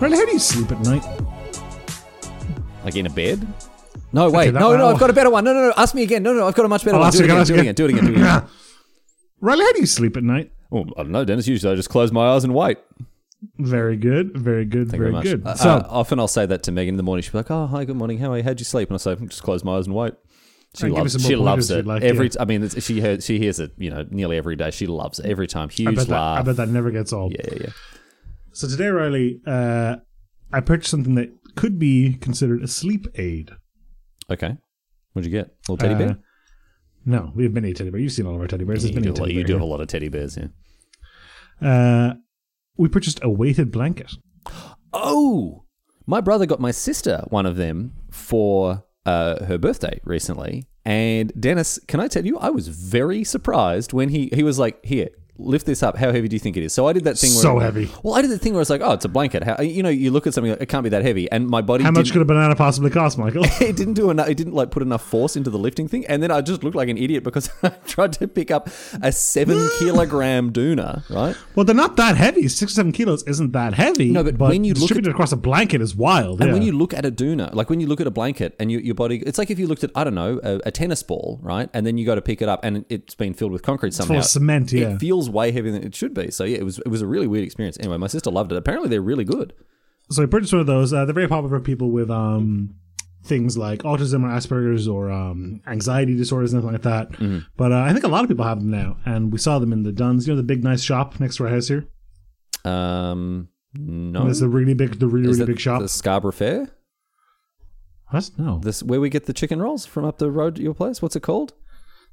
Riley, how do you sleep at night? Like in a bed? No, wait. that no, no, one- I've got a better one. No, no, no. Ask me again. No, no, no, I've got a much better I'll one. ask Do it you again, Oh, again, do it again. ask Do it again. Do it again. Riley, how do you sleep at night? Well, I don't know, Dennis. Usually I just close my eyes and wait. Very good, very good, Thank very, you very much. good. Uh, so, uh, often I'll say that to Megan in the morning. She'll be like, "Oh, hi, good morning. How are you? How'd you sleep?" And I say, "Just close my eyes and wait." She Hey, give loves. us some She more loves pointers if it you'd like, every. yeah. T- I mean, it's, she heard, she hears it. You know, nearly every day. She loves it every time. I Huge bet, that, I laugh. bet that never gets old. yeah, yeah, yeah. So today, Riley, uh, I purchased something that could be considered a sleep aid. Okay. What'd you get? Little teddy Uh, bear. No, we have many teddy bears. You've seen all of our teddy bears. You There's many do, a lot- teddy you bear do have a here. lot of teddy bears. Yeah. Uh, we purchased a weighted blanket. Oh, my brother got my sister one of them for uh, her birthday recently. And Dennis, can I tell you, I was very surprised when he he was like, "Here, lift this up. How heavy do you think it is?" So I did that thing. Where So heavy. Well, I did the thing where I was like, "Oh, it's a blanket." How, you know, you look at something, like, it can't be that heavy, and my body. How much didn't- could a banana possibly cost, Michael? it didn't do enough. It didn't like put enough force into the lifting thing, and then I just looked like an idiot because I tried to pick up a seven kilogram doona, right? well, they're not that heavy. Six or seven kilos isn't that heavy. No, but when you look at- distributed across a blanket is wild. And yeah. when you look at a doona, like when you look at a blanket and you, your body, it's like if you looked at, I don't know, a, a tennis ball, right? And then you go to pick it up and it's been filled with concrete full somehow. of cement, yeah. It feels way heavier than it should be. So yeah, it was it was a really weird experience. Anyway, my sister loved it. Apparently they're really good. so I purchased one of those. Uh, they're very popular for people with um, things like autism or Asperger's or um, anxiety disorders and everything like that. Mm-hmm. But uh, I think a lot of people have them now, and we saw them in the Duns. You know the big nice shop next to our house here. Um, no, There's the really big, the really Is really that big shop. the Scarborough Fair, What? No, this where we get the chicken rolls from up the road to your place. What's it called?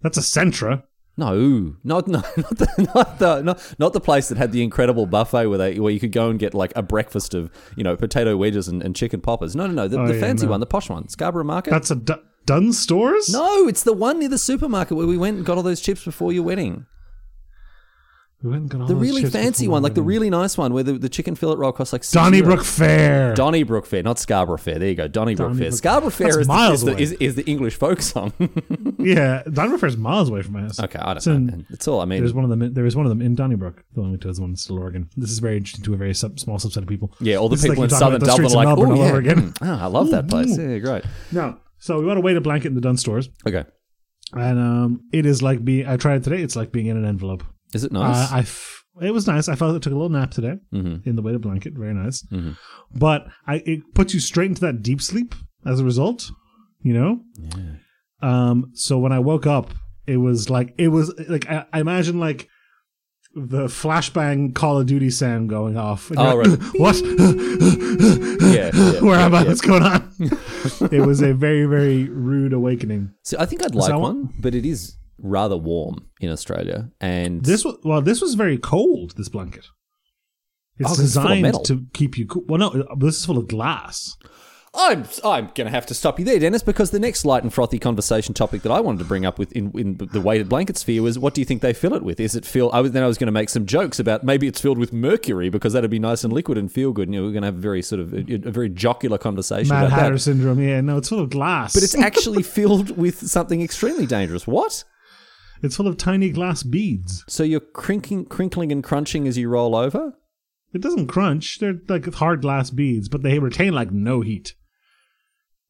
that's a Centra. No, not no, not the not the not, not the place that had the incredible buffet where they where you could go and get like a breakfast of you know potato wedges and, and chicken poppers. No, no, no, the, Oh, the yeah, fancy no. one, the posh one, Scarborough Market. That's a D- Dunn stores. no, it's the one near the supermarket where we went and got all those chips before your wedding. We went and got all The those really Oh, chips fancy before one, like the we really nice one where the, the chicken fillet roll costs like six went. euros. Donnybrook Fair. Donnybrook Fair, not Scarborough Fair. There you go, Donnybrook, Fair. Donnybrook- Scarborough Fair That's is the, miles is, the, away. is, is the English folk song. yeah, Donnybrook Fair is miles away from my house. okay, I don't It's in- know. man. It's all I mean. There's one of them. In, there is one of them in Donnybrook. The one we does one in Still Oregon. This is very interesting to a very sub, small subset of people. Yeah, all the This is people like in you talk southern about the Dublin streets are of like, Melbourne all oh, yeah. Hmm. over again. mm, ah, I love that place. Yeah, great. No, so we want to wait a blanket in the Dunn stores, Okay, and um, it is like being. I tried it today. It's like being in an envelope. is it nice? Uh, I f- it was nice. I felt I took a little nap today Mm-hmm. in the weighted blanket. Very nice. But I, it puts you straight into that deep sleep as a result, you know? Um, so when I woke up, it was like, it was like, I, I imagine like the flashbang Call of Duty sound going off. And Oh, you're like, what? yeah, yeah, Where yeah, am I? yeah. What's going on? it was a very, very rude awakening. So I think I'd like that one, but it is rather warm in Australia, and This was well. This was very cold. This blanket. It's Oh, 'cause it's full of designed metal. to keep you cool. Well, no, uh, this is full of glass. I'm I'm going to have to stop you there, Dennis, because the next light and frothy conversation topic that I wanted to bring up with in, in the weighted blanket sphere was what do you think they fill it with? Is it fill? I was then I was going to make some jokes about maybe it's filled with mercury because that'd be nice and liquid and feel good, and you know, we're going to have a very sort of a, a very jocular conversation Mad about Hatter that. syndrome. Yeah, no, it's full of glass. But it's actually filled with something extremely dangerous. What? it's full of tiny glass beads. So you're crinkling, crinkling and crunching as you roll over? It doesn't crunch. They're like hard glass beads, but they retain like no heat.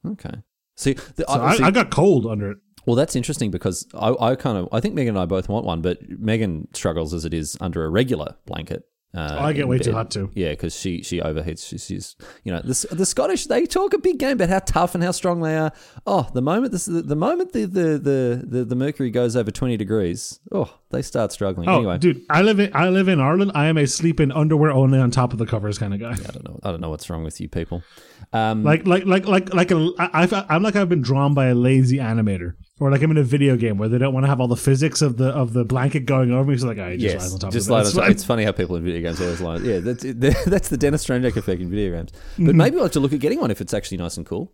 Okay. See, the, So I, I, see- I got cold under it. well, that's interesting because I, I kind of I think Megan and I both want one, but Megan struggles as it is under a regular blanket. Uh, I get in way too bed. hot too. Yeah, because she she overheats. She, she's you know the S- the Scottish they talk a big game about how tough and how strong they are. Oh, the moment this the, the moment the the, the the the mercury goes over twenty degrees, oh they start struggling. Oh, anyway, dude, I live in I live in Ireland. I am a sleep in underwear only on top of the covers kind of guy. I don't know I don't know what's wrong with you people. Um, Like like like like like a, I, I've, I'm like I've been drawn by a lazy animator, or like I'm in a video game where they don't want to have all the physics of the of the blanket going over me. So like I just lies Yes, on top just of it. lie on It's top. fine. It's funny how people in video games always lie. Yeah, that's that's the Dennis Stranjak effect in video games. Mm-hmm. But maybe we'll have to look at getting one if it's actually nice and cool.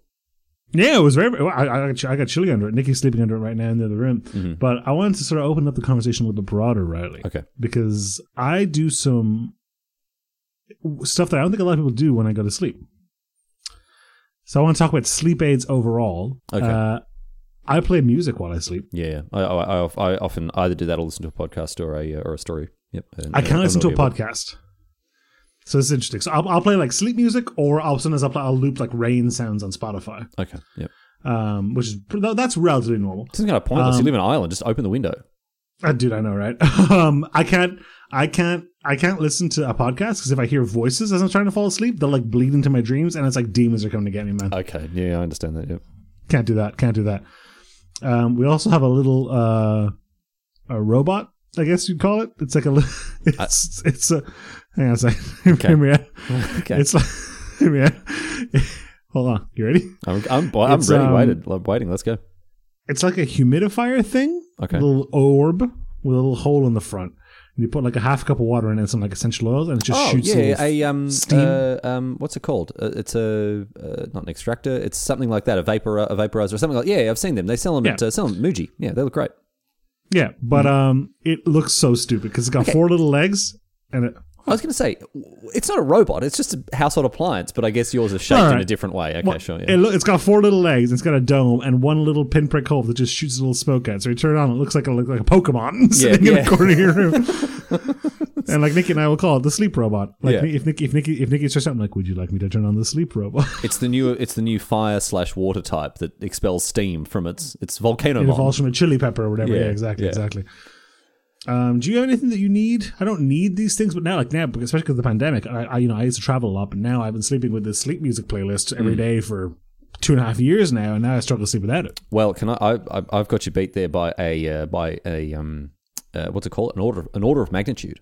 Yeah, it was very. well, I, I, got- I got chilly under it. Nikki's sleeping under it right now in the other room. But I wanted to sort of open up the conversation a little bit broader, Riley. Mm-hmm. Okay. Because I do some stuff that I don't think a lot of people do when I go to sleep. So I want to talk about sleep aids overall. Okay. Uh, I play music while I sleep. Yeah, I, I, I, I often either do that or listen to a podcast or a uh, or a story. Yep, I can't listen to a podcast. podcast. So it's interesting. So I'll, I'll play like sleep music, or I'll sometimes I'll, play, I'll loop like rain sounds on Spotify, Okay. Yep. um, which is pr- that's relatively normal. This is kind of pointless. Um, you live in an island. Just open the window. Uh, dude, I know, right? um, I can't, I can't, I can't listen to a podcast because if I hear voices as I'm trying to fall asleep, they'll like bleed into my dreams, and it's like demons are coming to get me, man. Okay. Yeah, I understand that. Yep. Can't do that. Can't do that. Um, we also have a little uh, a robot, I guess you'd call it. It's like a, li- Uh, it's it's a. Hang on a second. Hear me out. Okay. It's like, hear me out. Hold on. You ready? I'm, I'm, I'm It's, ready. um, waited. I'm waiting. Let's go. It's like a humidifier thing. Okay. A little orb with a little hole in the front. And you put like a half cup of water in it, some like essential oils, and it just Oh shoots. a yeah, little- a um, steam. uh, um, what's it called? Uh, it's a uh, not an extractor. It's something like that, a vapor, a vaporizer, or something like. Yeah, I've seen them. They sell them at Yeah. uh, sell them at Muji. Yeah, they look great. yeah, but Hmm. um, it looks so stupid because it's got four little legs and it. I was going to say, w- it's not a robot. It's just a household appliance, but I guess yours is shaped in a Alright. different way. Okay, Well, sure. Yeah. It lo- it's got four little legs. It's got a dome and one little pinprick hole that just shoots a little smoke out. So you turn it on, it looks like a like a Pokemon sitting in yeah. a corner of your room. and like Nikki and I will call it the sleep robot. Like Yeah. if Nikki if Nikki if Nikki says something like, "Would you like me to turn on the sleep robot?" it's the new it's the new fire slash water type that expels steam from its its volcano. it bomb. evolves from a chili pepper or whatever. Yeah, Yeah, exactly, yeah. exactly. Um, do you have anything that you need? I don't need these things, but now, like now, because- especially because of the pandemic, I, I you know I used to travel a lot, but now I've been sleeping with this sleep music playlist every Mm. day for two and a half years now, and now I struggle to sleep without it. Well, can I? I I- I've got you beat there by a uh, by a um, uh, what's it called? An order an order of magnitude.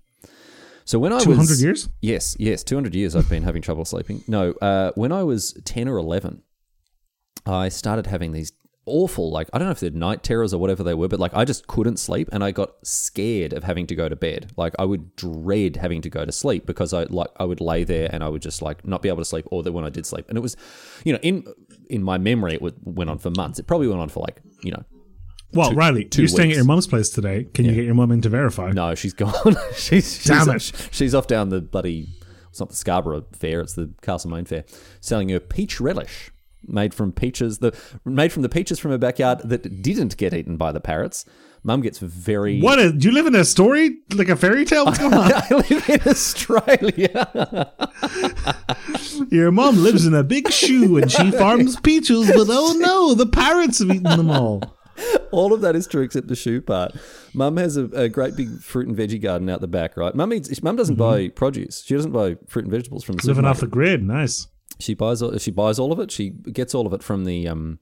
So when I Two was hundred years. Yes, yes, 200 years I've been having trouble sleeping. No, uh, when I was 10 or 11, I started having these awful, like, I don't know if they're night terrors or whatever they were, but like, I just couldn't sleep and I got scared of having to go to bed. Like, I would dread having to go to sleep because I, like, I would lay there and I would just, like, not be able to sleep or that when I did sleep. And it was, you know, in in my memory, it would, went on for months. It probably went on for, like, you know, Well, Riley, two you you're staying weeks. at your mum's place today. Can you get your mum in to verify? No, she's gone. she's she's, Damn off, it. she's off down the bloody. It's not the Scarborough Fair. It's the Castlemaine Fair. Selling her peach relish made from peaches. The made from the peaches from her backyard that didn't get eaten by the parrots. Mum gets very. What? Is, do you live in a story like a fairy tale? What's going on? I live in Australia. Your mom lives in a big shoe and she farms peaches, but oh no, the pirates have eaten them all. All of that is true except the shoe part. Mum has a, a great big fruit and veggie garden out the back, right? Mum eats, mum doesn't Mm-hmm. buy produce. She doesn't buy fruit and vegetables from the Living supermarket. off the grid, nice. she buys all, she buys all of it. She gets all of it from the um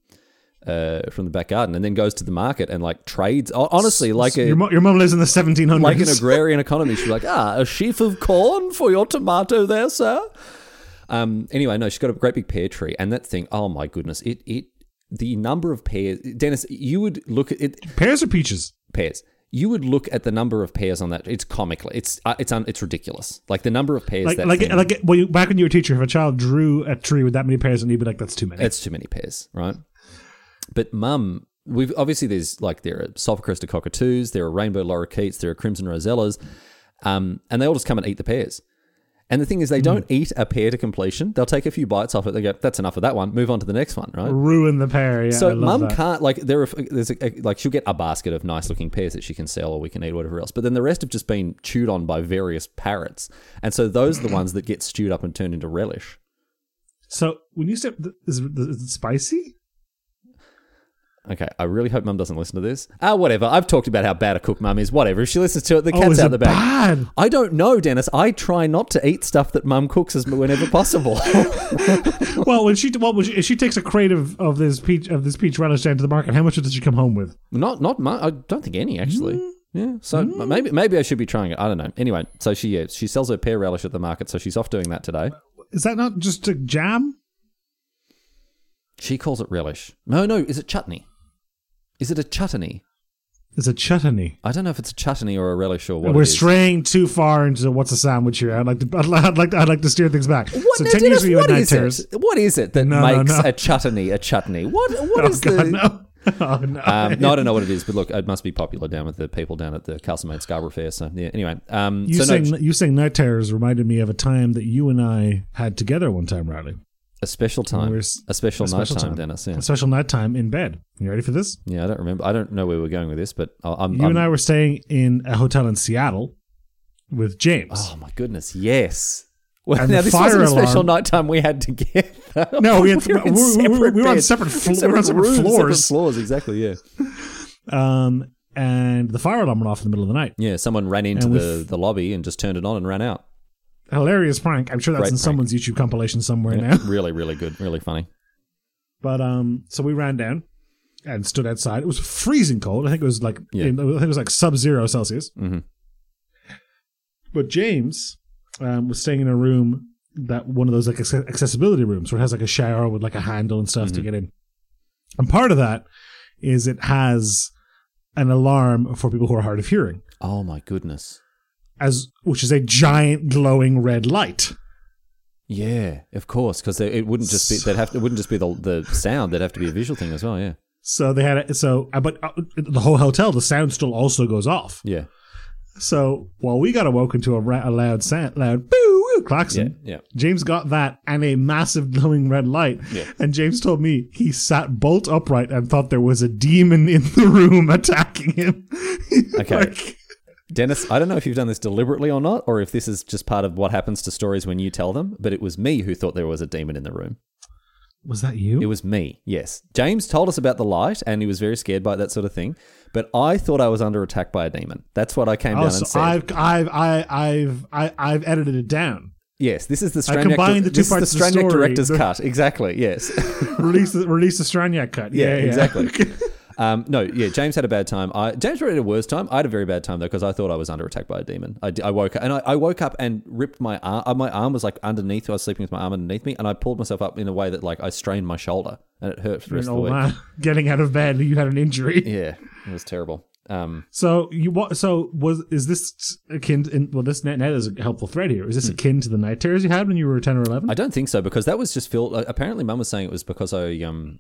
uh from the back garden and then goes to the market and like trades. ho- Honestly, like a Your, mo- your mom lives in the 1700s. like an agrarian economy, she's like, ah, a sheaf of corn for your tomato there, sir. Um. Anyway, no, she's got a great big pear tree, and that thing. Oh my goodness, it it the number of pears, Dennis. You would look at it Pears or peaches? pears. You would look at the number of pears on that. It's comical. It's uh, it's un, it's ridiculous. Like the number of pears. Like, that like, thing- like, well, you, back when you were a teacher, if a child drew a tree with that many pears, and you'd be like, that's too many. It's too many pairs, right? But mum, we've obviously there's like there are sulphur crested cockatoos, there are rainbow lorikeets, there are crimson rosellas, um, and they all just come and eat the pears. And the thing is, they Hmm. don't eat a pear to completion. They'll take a few bites off it. They go, "That's enough of that one. Move on to the next one." Right? Ruin the pear. Yeah, I so love mum that. can't like there are there's a, like she'll get a basket of nice looking pears that she can sell or we can eat whatever else but then the rest have just been chewed on by various parrots and so those are the ones that get stewed up and turned into relish So when you said, is, it- is it spicy? Okay, I really hope Mum doesn't listen to this. Ah, whatever. I've talked about how bad a cook Mum is. Whatever. If she listens to it, the oh, cat's is out it the bag. bad? I don't know, Dennis. I try not to eat stuff that Mum cooks as whenever possible. well, when she, well, when she, if she takes a crate of, of this peach of this peach relish down to the market, how much does she come home with? not, not mu I don't think any actually. Mm. Yeah. So m maybe, maybe I should be trying it. I don't know. Anyway, so she yeah, she sells her pear relish at the market, so she's off doing that today. Is that not just a jam? She calls it relish. No, no. Is it chutney? Is it a chutney? It's a chutney. I don't know if it's a chutney or a relish or what. We're it is. straying too far into what's a sandwich here. I'd like to, I'd, like- I'd like, to, I'd like to steer things back. What, so no, ten years Dennis, ago, you had what night is it? terrors. What is it that No, no, makes no. a chutney a chutney? What What Oh is God, the? no. Oh, no. Um, no, I don't know what it is, but look, it must be popular down with the people down at the Castlemaine Scarborough Fair. So yeah, anyway, um, you so saying no, you saying night terrors reminded me of a time that you and I had together one time, Riley. a special time, We're a s- special a night special time, time. Dennis. Yeah. A special night time in bed. You ready for this? yeah, I don't remember. I don't know where we're going with this, but I- I'm. You I'm- and I were staying in a hotel in Seattle with James. oh my goodness, yes, Well, And now the this fire wasn't a special alarm- nighttime we had together. No, we had- in we- we- we were on beds, separate flo- we were on separate rooms, floors. Separate floors, exactly. Yeah, Um, and the fire alarm went off in the middle of the night. yeah. Someone ran into And we the, the lobby and just turned it on and ran out. Hilarious prank. I'm sure that's Great in prank. someone's YouTube compilation somewhere now. really, really good, really funny. But um, so we ran down and stood outside. It was freezing cold. I think it was like Yeah. I think it was like sub zero Celsius. Mhm. But James um, was staying in a room that one of those like acce- accessibility rooms where it has like a shower with like a handle and stuff to Mm-hmm. get in. And part of that is it has an alarm for people who are hard of hearing, Oh my goodness. as which is a giant glowing red light. Yeah, of course, because it wouldn't just be they'd have it wouldn't just be the the sound. There'd have to be a visual thing as well. Yeah, So they had it. So, uh, but uh, the whole hotel, the sound still also goes off. yeah, So while we got awoken to a, ra- a loud sound, loud boo woo klaxon, yeah, yeah. James got that and a massive glowing red light. Yeah. And James told me he sat bolt upright and thought there was a demon in the room attacking him. Okay. Like, Dennis, I don't know if you've done this deliberately or not, or if this is just part of what happens to stories when you tell them. But it was me who thought there was a demon in the room. was that you? It was me, yes. James told us about the light and he was very scared by that sort of thing. But I thought I was under attack by a demon. That's what I came Oh, down so and said. I've, I've, I, I've, I, I've edited it down. yes, this is the Straniac, combined the two this is parts of the the Straniac story. director's cut. Exactly, yes. Release the, release the Straniac cut. Yeah, yeah, yeah. exactly. um, no, yeah, James had a bad time. I, James had a worse time. I had a very bad time though because I thought I was under attack by a demon. I, d- I woke up and I, I woke up and ripped my arm. uh, My arm was like underneath. I was sleeping with my arm underneath me, and I pulled myself up in a way that like I strained my shoulder and it hurt for the An rest of the old week. man getting out of bed. You had an injury. Yeah, it was terrible. Um, So you what? So was is this akin? In, well, this net net is a helpful thread here. Is this akin to the night terrors you had when you were ten or eleven? Hmm. I don't think so because that was just filled. uh, Apparently, Mum was saying it was because I um,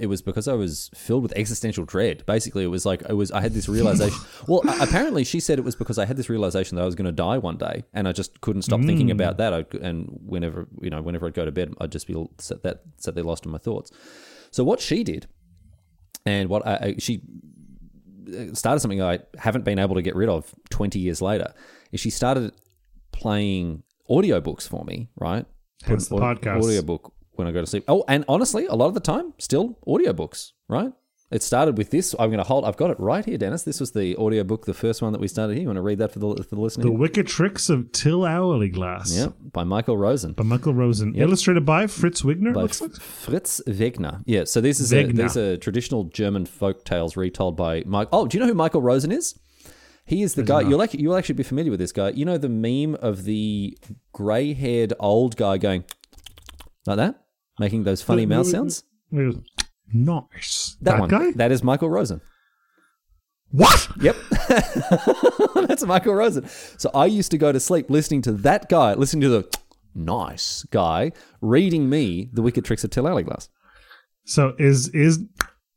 it was because I was filled with existential dread. Basically, it was like I was I had this realization. well, a- apparently, she said it was because I had this realization that I was going to die one day, and I just couldn't stop thinking about that. I, cou- and whenever you know, whenever I'd go to bed, I'd just be l- sat that sat there lost in my thoughts. So what she did, and what I, I she uh, started something I haven't been able to get rid of 20 years later is she started playing audiobooks for me, right? Hence the Au- podcast. Audiobook when I go to sleep. Oh, and honestly, a lot of the time, still audiobooks, right? It started with this. I'm going to hold. I've got it right here, Dennis. This was the audiobook, the first one that we started here. You want to read that for the, for the the listening? Wicked Tricks of Till Hourly Glass. yeah, by Michael Rosen. By Michael Rosen, illustrated by Fritz Wigner. by looks like. Fritz Wegner. Yeah, so this is a Wegner. these are traditional German folk tales retold by Mike. Oh, do you know who Michael Rosen is? He is the guy you'll actually you'll actually be familiar with this guy. You know the meme of the grey-haired old guy going like that, making those funny The- mouth the- sounds. Nice. That, one. guy. That is Michael Rosen. what? Yep. That's Michael Rosen. So I used to go to sleep listening to that guy, listening to the nice guy reading me the wicked tricks of Till Allyglass. So is is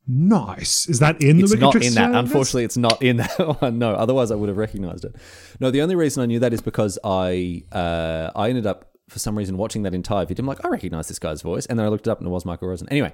nice? Is that in it's the Wicked not Tricks? in of that. Till Hourly Glass? Unfortunately, it's not in that one. No, otherwise I would have recognized it. No, the only reason I knew that is because I uh, I ended up for some reason watching that entire video. I'm like, I recognize this guy's voice, and then I looked it up and it was Michael Rosen. Anyway,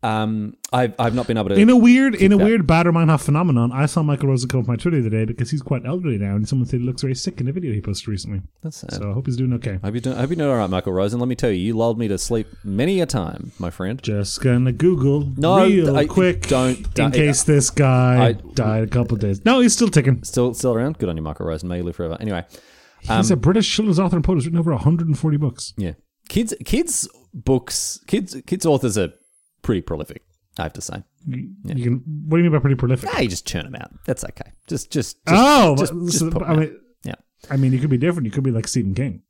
um, I've I've not been able to. In a weird, in a that. weird Bader Meinhof phenomenon, I saw Michael Rosen come up my Twitter the other day because he's quite elderly now, and someone said he looks very sick in a video he posted recently. That's sad. So I hope he's doing okay. I hope you're doing, I hope you're doing all right, Michael Rosen. Let me tell you, you lulled me to sleep many a time, my friend. Just gonna Google No, real I- quick. don't- in don't- case this guy I- died a couple of days. No, he's still ticking. Still still around? Good on you, Michael Rosen. May you live forever. Anyway, Um, he's a British children's author and poet who's written over 140 books. Yeah, kids kids books kids kids authors are pretty prolific. I have to say. You- You can. What do you mean by pretty prolific? Ah, you just churn them out. That's okay. Just, just, just oh, just- but- just so- pop I it mean, yeah. I mean, you could be different. You could be like Stephen King.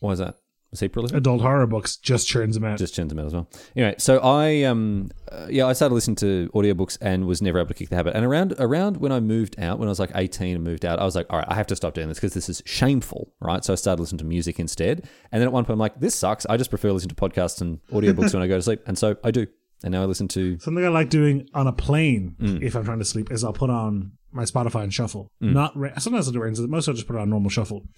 Why is that? Was he prolific? Adult horror books just churns them out. just churns them out as well. Anyway, so I, um, uh, yeah, I started listening to audiobooks and was never able to kick the habit. And around, around when I moved out, when I was like eighteen and moved out, I was like, all right, I have to stop doing this because this is shameful, right? So I started listening to music instead. And then at one point, I'm like, this sucks. I just prefer listening to podcasts and audiobooks when I go to sleep, and so I do. And now I listen to Something I like doing on a plane Mm. if I'm trying to sleep is I'll put on my Spotify and shuffle. Not ra- sometimes I'll do range, but most I'll just put it on normal shuffle.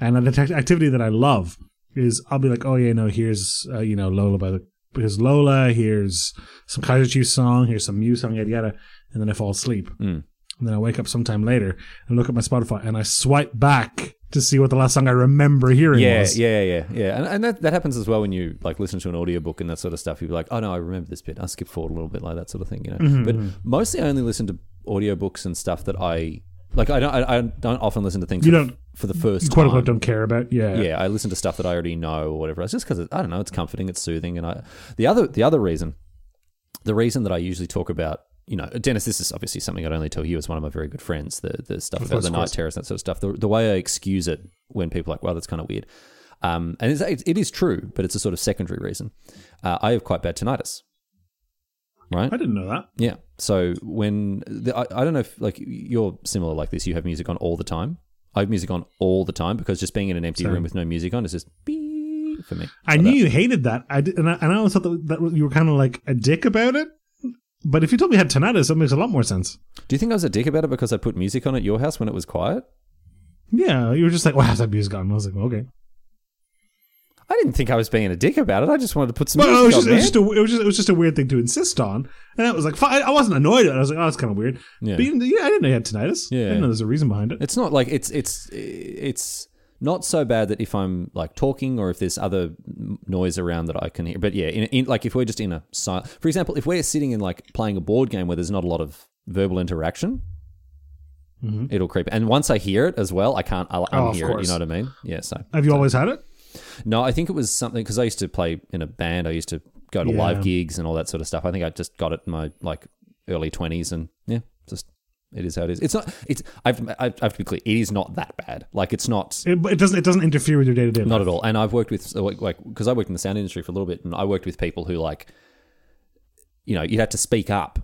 And an attac- activity that I love is I'll be like, oh yeah, no, here's uh, you know Lola by the here's Lola, here's some Kaiser Chiefs song, here's some Mew song, yada yada, Mm. and then I fall asleep. And then I wake up sometime later and look at my Spotify and I swipe back to see what the last song I remember hearing Yeah, was. yeah, yeah, yeah. And, and that, that happens as well when you like listen to an audiobook and that sort of stuff. You're like, oh no, I remember this bit. I skip forward a little bit, like that sort of thing, you know. Mm-hmm, But mostly, I only listen to audiobooks and stuff that I like. I don't, I, I don't often listen to things You for, don't- for the first Quote time. unquote, don't care about. Yeah. Uh-huh. yeah, I listen to stuff that I already know or whatever. It's just because I don't know. It's comforting. It's soothing. And I the other the other reason, the reason that I usually talk about. You know, Dennis, this is obviously something I'd only tell you as one of my very good friends. The the stuff about course, the of night course. terrors, that sort of stuff. The, the way I excuse it when people are like, "Wow, that's kind of weird," um, and it's, it, it is true, but it's a sort of secondary reason. Uh, I have quite bad tinnitus, right? I didn't know that. Yeah. So when the, I, I don't know if like you're similar like this, you have music on all the time. I have music on all the time because just being in an empty room with no music on is just beep for me. I knew you hated that. I did, and I, and I always thought that, that you were kind of like a dick about it. But if you told me I had tinnitus, that makes a lot more sense. Do you think I was a dick about it because I put music on at your house when it was quiet? Yeah, you were just like, wow, that beer's gone. I was like, okay. I didn't think I was being a dick about it. I just wanted to put some Well, it was, music just, on. it, was man. just a, it was just it was just a weird thing to insist on, and that was like fine. I wasn't annoyed at it. I was like, oh, that's kind of weird. Yeah. But you didn't- yeah, I didn't know you had tinnitus. I Yeah. didn't know there's a reason behind it. It's not like it's it's it's not so bad that if I'm like talking or if there's other m- noise around that I can hear. But yeah, in, in like if we're just in a si- for example, if we're sitting in like playing a board game where there's not a lot of verbal interaction, it'll creep. And once I hear it as well, I can't I'll Mm-hmm. Oh, of unhear it. You course. know what I mean? Yeah. So Have you always had it? no, I think it was something because I used to play in a band. I used to go to Yeah. live gigs and all that sort of stuff. I think I just got it in my like early twenties, and yeah, just it is how it is. It's not. It's I've I I have to be clear. It is not that bad. Like it's not. It, it doesn't it doesn't interfere with your day to day. Not at all. And I've worked with so, like like because I worked in the sound industry for a little bit, and I worked with people who like, you know, you had to speak up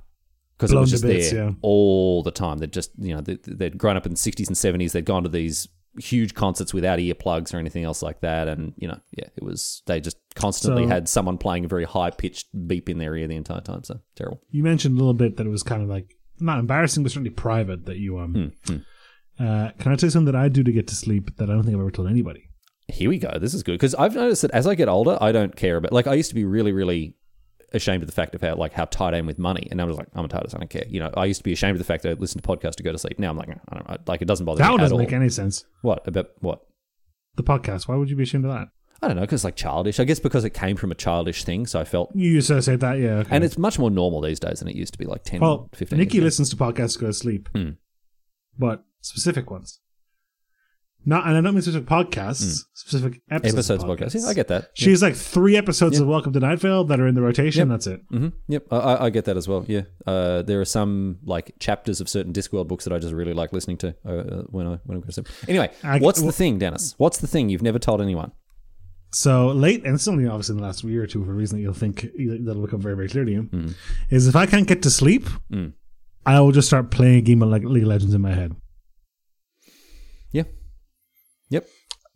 because it Blown was to just bits, there yeah. all the time. They'd just you know they, they'd grown up in the sixties and seventies. They'd gone to these huge concerts without earplugs or anything else like that, and you know, yeah, it was they just constantly So- had someone playing a very high pitched beep in their ear the entire time. So terrible. You mentioned a little bit that it was kind of like not embarrassing, but certainly private. That you um, uh, can I tell you something that I do to get to sleep that I don't think I've ever told anybody. Here we go. This is good because I've noticed that as I get older, I don't care about. Like I used to be really, really ashamed of the fact of how like how tight I am with money, and I was like, I'm a titus, I don't care. You know, I used to be ashamed of the fact that I listened to podcasts to go to sleep. Now I'm like, I don't know, like it doesn't bother That me one at doesn't all. make any sense. what about what? The podcast. Why would you be ashamed of that? I don't know because like childish. I guess because it came from a childish thing, so I felt. You associate that, yeah. Okay. And it's much more normal these days than it used to be, like 10, well, 15 Nikki years ago. listens to podcasts to go to sleep, Hmm. but specific ones. Not, and I don't mean specific podcasts, specific episodes. Hmm. episodes of of podcasts. podcasts. Yeah, I get that. She's like three episodes of Welcome to Night Vale that are in the rotation. That's it. hmm Yep, I- I, I get that as well. Yeah, uh, there are some like chapters of certain Discworld books that I just really like listening to uh, uh, when I when I'm going to sleep. Anyway, I- what's the well- thing, Dennis? What's the thing you've never told anyone? So late, and it's only obviously in the last year or two for a reason that you'll think that'll become very, very clear to you, Hmm. is if I can't get to sleep, I will just start playing a game of like League of Legends in my head. Yeah. Yep.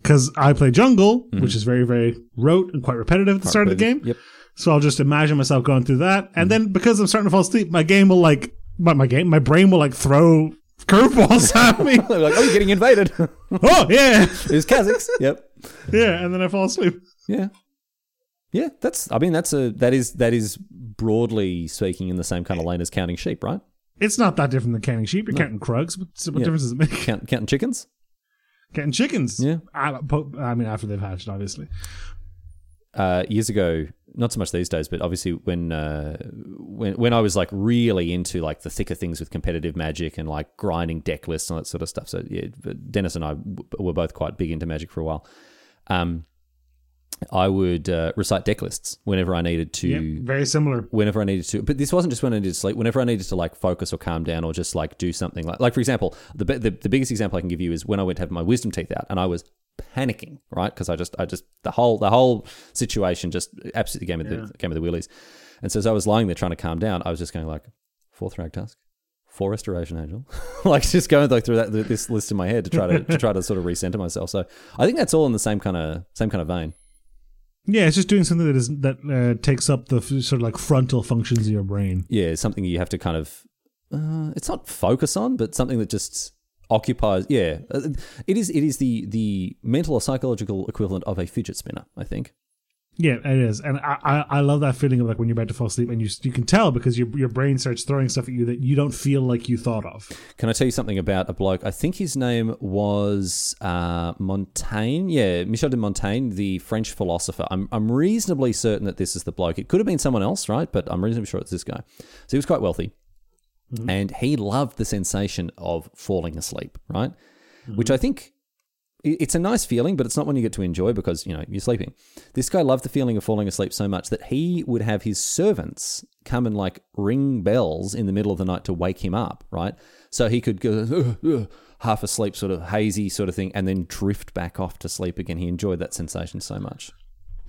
Because I play jungle, Hmm. which is very, very rote and quite repetitive at the start of the game. Yep. So I'll just imagine myself going through that, Hmm. and then because I'm starting to fall asleep, my game will like my, my game, my brain will like throw curveballs at me. They're like, oh, you're getting invaded. it oh yeah, was Kazakhs. Yep. yeah, and then I fall asleep. Yeah. Yeah. That's. I mean, that's a. That is. That is broadly speaking in the same kind of lane as counting sheep, right? It's not that different than counting sheep. You're counting crugs, but so what Yeah. difference does it make? Count, counting chickens. Counting chickens. Yeah. I, don't po- I mean, after they've hatched, obviously. uh, years ago, not so much these days, but obviously when uh, when when I was like really into like the thicker things with competitive magic and like grinding deck lists and all that sort of stuff. So yeah, but Dennis and I w- were both quite big into magic for a while. Um, I would uh, recite deck lists whenever I needed to Yeah, very similar. whenever I needed to. But this wasn't just when I needed to sleep. Whenever I needed to like focus or calm down or just like do something like like for example, the be- the, the biggest example I can give you is when I went to have my wisdom teeth out and I was panicking, right? Because I just I just the whole the whole situation just absolutely gave me the gave me the wheelies. And so as I was lying there trying to calm down, I was just going like fourth rank task. For restoration angel, like just going like through that this list in my head to try to, to try to sort of recenter myself. So I think that's all in the same kind of same kind of vein. Yeah, it's just doing something that is that uh, takes up the f- sort of like frontal functions of your brain. yeah, it's something you have to kind of uh, it's not focus on, but something that just occupies. Yeah, Uh, it is. It is the the mental or psychological equivalent of a fidget spinner. I think. Yeah, it is, and I, I, I love that feeling of like when you're about to fall asleep, and you you can tell because your your brain starts throwing stuff at you that you don't feel like you thought of. Can I tell you something about a bloke? I think his name was uh, Montaigne. Yeah, Michel de Montaigne, the French philosopher. I'm, I'm reasonably certain that this is the bloke. It could have been someone else, right? But I'm reasonably sure it's this guy. So he was quite wealthy. Mm-hmm. And he loved the sensation of falling asleep, right? Mm-hmm. Which I think it's a nice feeling, but it's not one you get to enjoy because, you know, you're sleeping. This guy loved the feeling of falling asleep so much that he would have his servants come and like ring bells in the middle of the night to wake him up, right? So he could go uh, uh, half asleep, sort of hazy sort of thing, and then drift back off to sleep again. He enjoyed that sensation so much.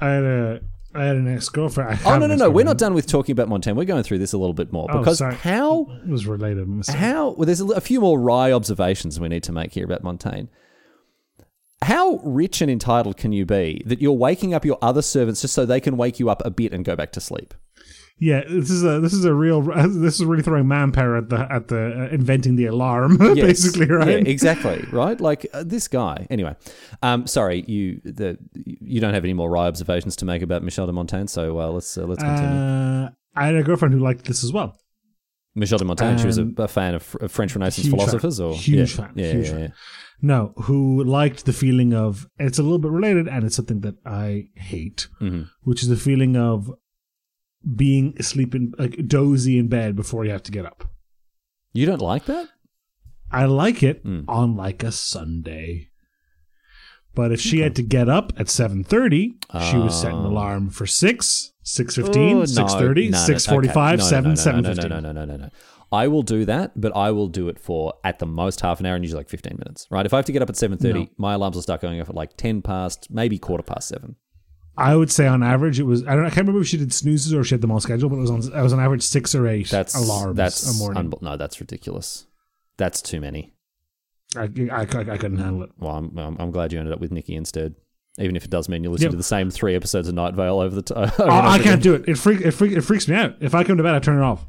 I had a. I had an ex girlfriend. Oh no no no! We're not done with talking about Montaigne. We're going through this a little bit more Oh, because sorry. how It was related. Mistake. how well, there's a, li- a few more wry observations we need to make here about Montaigne. How rich and entitled can you be that you're waking up your other servants just so they can wake you up a bit and go back to sleep? Yeah, this is a this is a real this is really throwing manpower at the at the uh, inventing the alarm Yes. basically right. Yeah, exactly, right? Like uh, this guy. Anyway, um, sorry, you the you don't have any more wry observations to make about Michel de Montaigne, so uh, let's uh, let's continue. uh, I had a girlfriend who liked this as well. Michel de Montaigne, she was a, um, a fan of, of French Renaissance huge fan. philosophers, or Huge yeah, fan, yeah, huge yeah, fan. yeah. No, who liked the feeling of it's a little bit related and it's something that I hate, Mm-hmm. which is the feeling of being asleep in like dozy in bed before you have to get up. You don't like that? I like it Hmm. on like a Sunday. But if she had to get up at 7:30, she was set an alarm for 6, 6:15, Oh, no, 6:30, no, no, 6:45, okay. No, no, 7, no, no, 7:15. no, No, no, no, no, no, no. I will do that, but I will do it for at the most half an hour and usually like fifteen minutes. Right? If I have to get up at seven thirty, my alarms will start going off at like ten past, maybe quarter past seven. I would say on average it was I don't I can't remember if she did snoozes or if she had them all scheduled, but it was on I was on average 6 or 8 That's alarms That's a morning. unbe- no, that's ridiculous. That's too many. I, I, I- I couldn't handle it. Well, I'm, I'm, I'm glad you ended up with Nikki instead. Even if it does mean you listen Yeah. to the same three episodes of Night Vale over the t- over Oh, and I over can't again. do it. It freak, it freak it freaks me out. If I come to bed, I turn it off.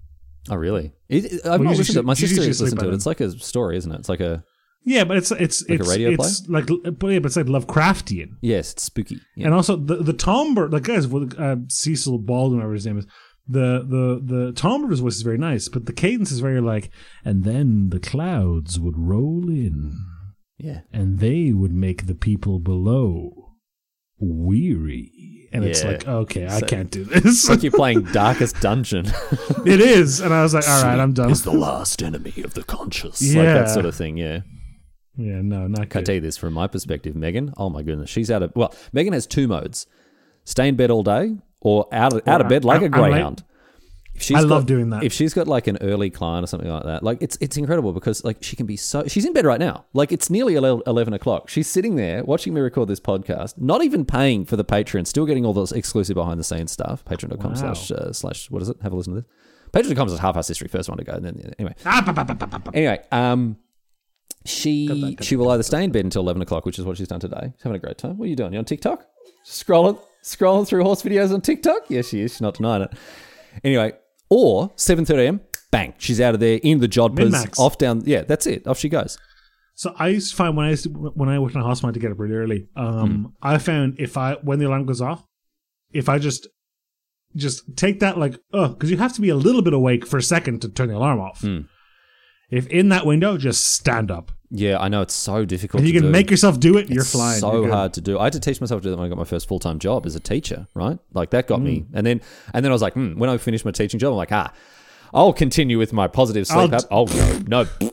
Oh, really? It, it- I've Well, not usually listened to it. My she- she sister usually has sleep listened to by it. It's like a story, isn't it? It's like a Yeah, but it's it's a it's radio it's like but yeah, but it's like Lovecraftian. yes, it's spooky. Yeah. And also the the Tomber, like guys, well, uh, Cecil Baldwin, whatever his name is, the the the Tomber's voice is very nice, but the cadence is very like. And then the clouds would roll in, yeah. and they would make the people below weary. And it's Yeah. like, okay, I can't do this. It's like you're playing Darkest Dungeon. it is, and I was like, all right, I'm done. is the last enemy of the conscious. Like Yeah. that sort of thing, yeah. Yeah, no, not Can I good. tell you this from my perspective, Megan? Oh my goodness, she's out of well, Megan has two modes. Stay in bed all day or out of, out of I- bed like I- a I'm like- greyhound. If she's I love doing that. If she's got like an early client or something like that, like it's it's incredible because like she can be so she's in bed right now. Like it's nearly ele- eleven o'clock. She's sitting there watching me record this podcast, not even paying for the Patreon, still getting all those exclusive behind the scenes stuff. Patreon.com Wow. slash uh, slash what is it? Have a listen to this. Patreon.com is half past history. First one to go. And then anyway, Ah, ba, ba, ba, ba, ba, ba. Anyway, um, she she will either stay in bed until eleven o'clock, which is what she's done today. She's having a great time. What are you doing? You on TikTok? Scrolling scrolling through horse videos on TikTok? Yes, she is. She's not denying it. Anyway, or seven thirty a.m. Bang, she's out of there in the jodhpurs, Min-max. off down. Yeah, that's it. Off she goes. So I used to find when I used to, when I worked in a hospital, I had to get up really early. Hmm. Um, I found if I when the alarm goes off, if I just just take that like oh, because you have to be a little bit awake for a second to turn the alarm off. Hmm. If in that window, just stand up. Yeah, I know it's so difficult. If you to can do. make yourself do it, you're flying. So You're good. hard to do. I had to teach myself to do that when I got my first full time job as a teacher, right? Like that got Hmm. me. And then and then I was like, hmm, when I finished my teaching job, I'm like, ah, I'll continue with my positive sleep I'll- habit. Oh no, no.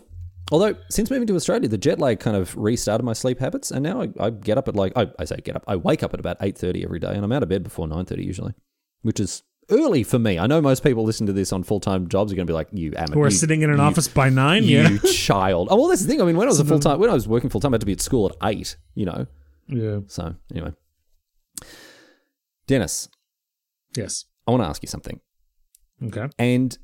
Although since moving to Australia, the jet lag kind of restarted my sleep habits, and now I, I get up at like I, I say get up. I wake up at about eight thirty every day, and I'm out of bed before nine thirty usually, which is early for me. I know most people listen to this on full time jobs are going to be like, you amateur, Who are you- sitting in an you- office by nine? Yeah, you child. Oh well, that's the thing. I mean, when I was a full time, when I was working full time, I had to be at school at eight. You know, yeah, so anyway, Dennis, yes, I want to ask you something, okay, and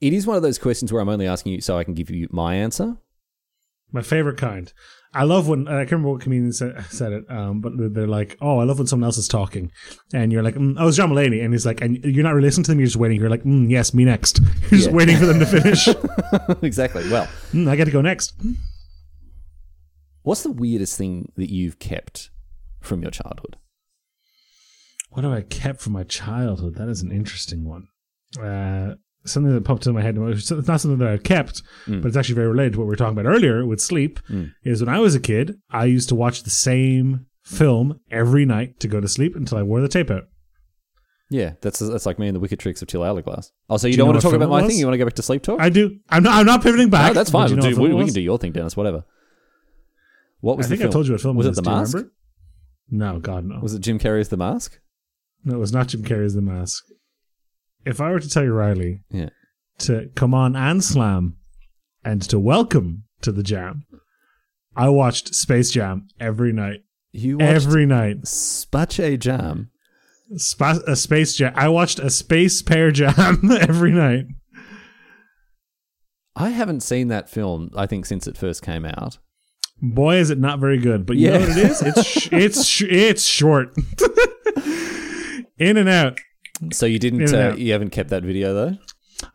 it is one of those questions where I'm only asking you so I can give you my answer. my favorite kind. I love when I can't remember what comedian said, said it, um, but they're- they're like, "Oh, I love when someone else is talking," and you're like, mm, "Oh, it's John Mulaney," and he's like, "And you're not really listening to them; you're just waiting." You're like, mm, "Yes, me next." You're just Yeah. waiting for them to finish. exactly. Well, mm, I get to go next. what's the weirdest thing that you've kept from your childhood? what have I kept from my childhood? That is an interesting one. Uh, something that popped into my head. It's not something that I kept, but it's actually very related to what we were talking about earlier with sleep. Is when I was a kid, I used to watch the same film every night to go to sleep until I wore the tape out. Yeah, that's that's like me and the Wicked Tricks of Till Hourglass. Oh, so you, know don't want what to talk film about it my was? thing? You want to go back to sleep talk? I do. I'm not. I'm not pivoting back. no, that's But fine. do you know We'll what do- film we, it we was? can do your thing, Dennis. Whatever. What was I the think film? I told you what film was it it. The Do you Mask? remember? No, God no. Was it Jim Carrey's The Mask? No, it was not Jim Carrey's The Mask. If I were to tell you, Riley, Yeah. to come on and slam and to welcome to the jam, I watched Space Jam every night. You watched Every night. Space Jam. Spa- a Space Jam. I watched a Space Pair Jam every night. I haven't seen that film. I think since it first came out. Boy, is it not very good. But you Yeah. know what it is? It's, sh- it's, sh- it's short. In and out. So you didn't. Yeah, Uh, yeah. you haven't kept that video though.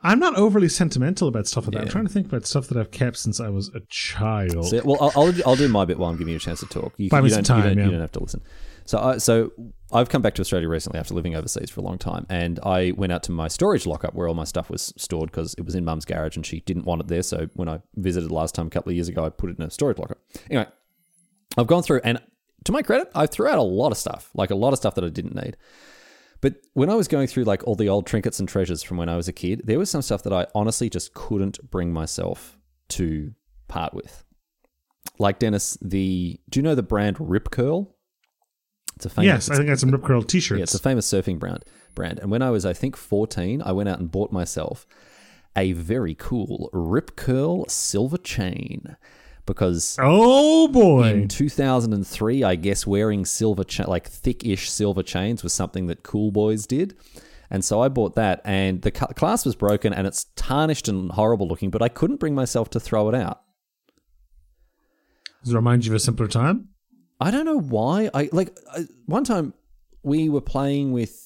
I'm not overly sentimental about stuff like that. I'm Yeah. trying to think about stuff that I've kept since I was a child. So, well, I'll, I'll, I'll do my bit while I'm giving you a chance to talk. You, Five you, minutes don't, of you, time, don't, you yeah. don't have to listen. So, I, so I've come back to Australia recently after living overseas for a long time, and I went out to my storage lockup where all my stuff was stored because it was in Mum's garage and she didn't want it there. So when I visited last time a couple of years ago, I put it in a storage lockup. Anyway, I've gone through, and to my credit, I threw out a lot of stuff, like a lot of stuff that I didn't need. But when I was going through like all the old trinkets and treasures from when I was a kid, there was some stuff that I honestly just couldn't bring myself to part with. Like Dennis, the do you know the brand Rip Curl? It's a Yes, famous I think I had some Rip Curl t yeah, it's shirts. a famous surfing brand. Brand. And when I was, I think, fourteen, I went out and bought myself a very cool Rip Curl silver chain because oh boy. in 2003, I guess wearing silver, cha- like thick-ish silver chains, was something that cool boys did. And so I bought that, and the ca- clasp was broken, and it's tarnished and horrible looking. But I couldn't bring myself to throw it out. Does it remind you of a simpler time? I don't know why. I like I, one time we were playing with.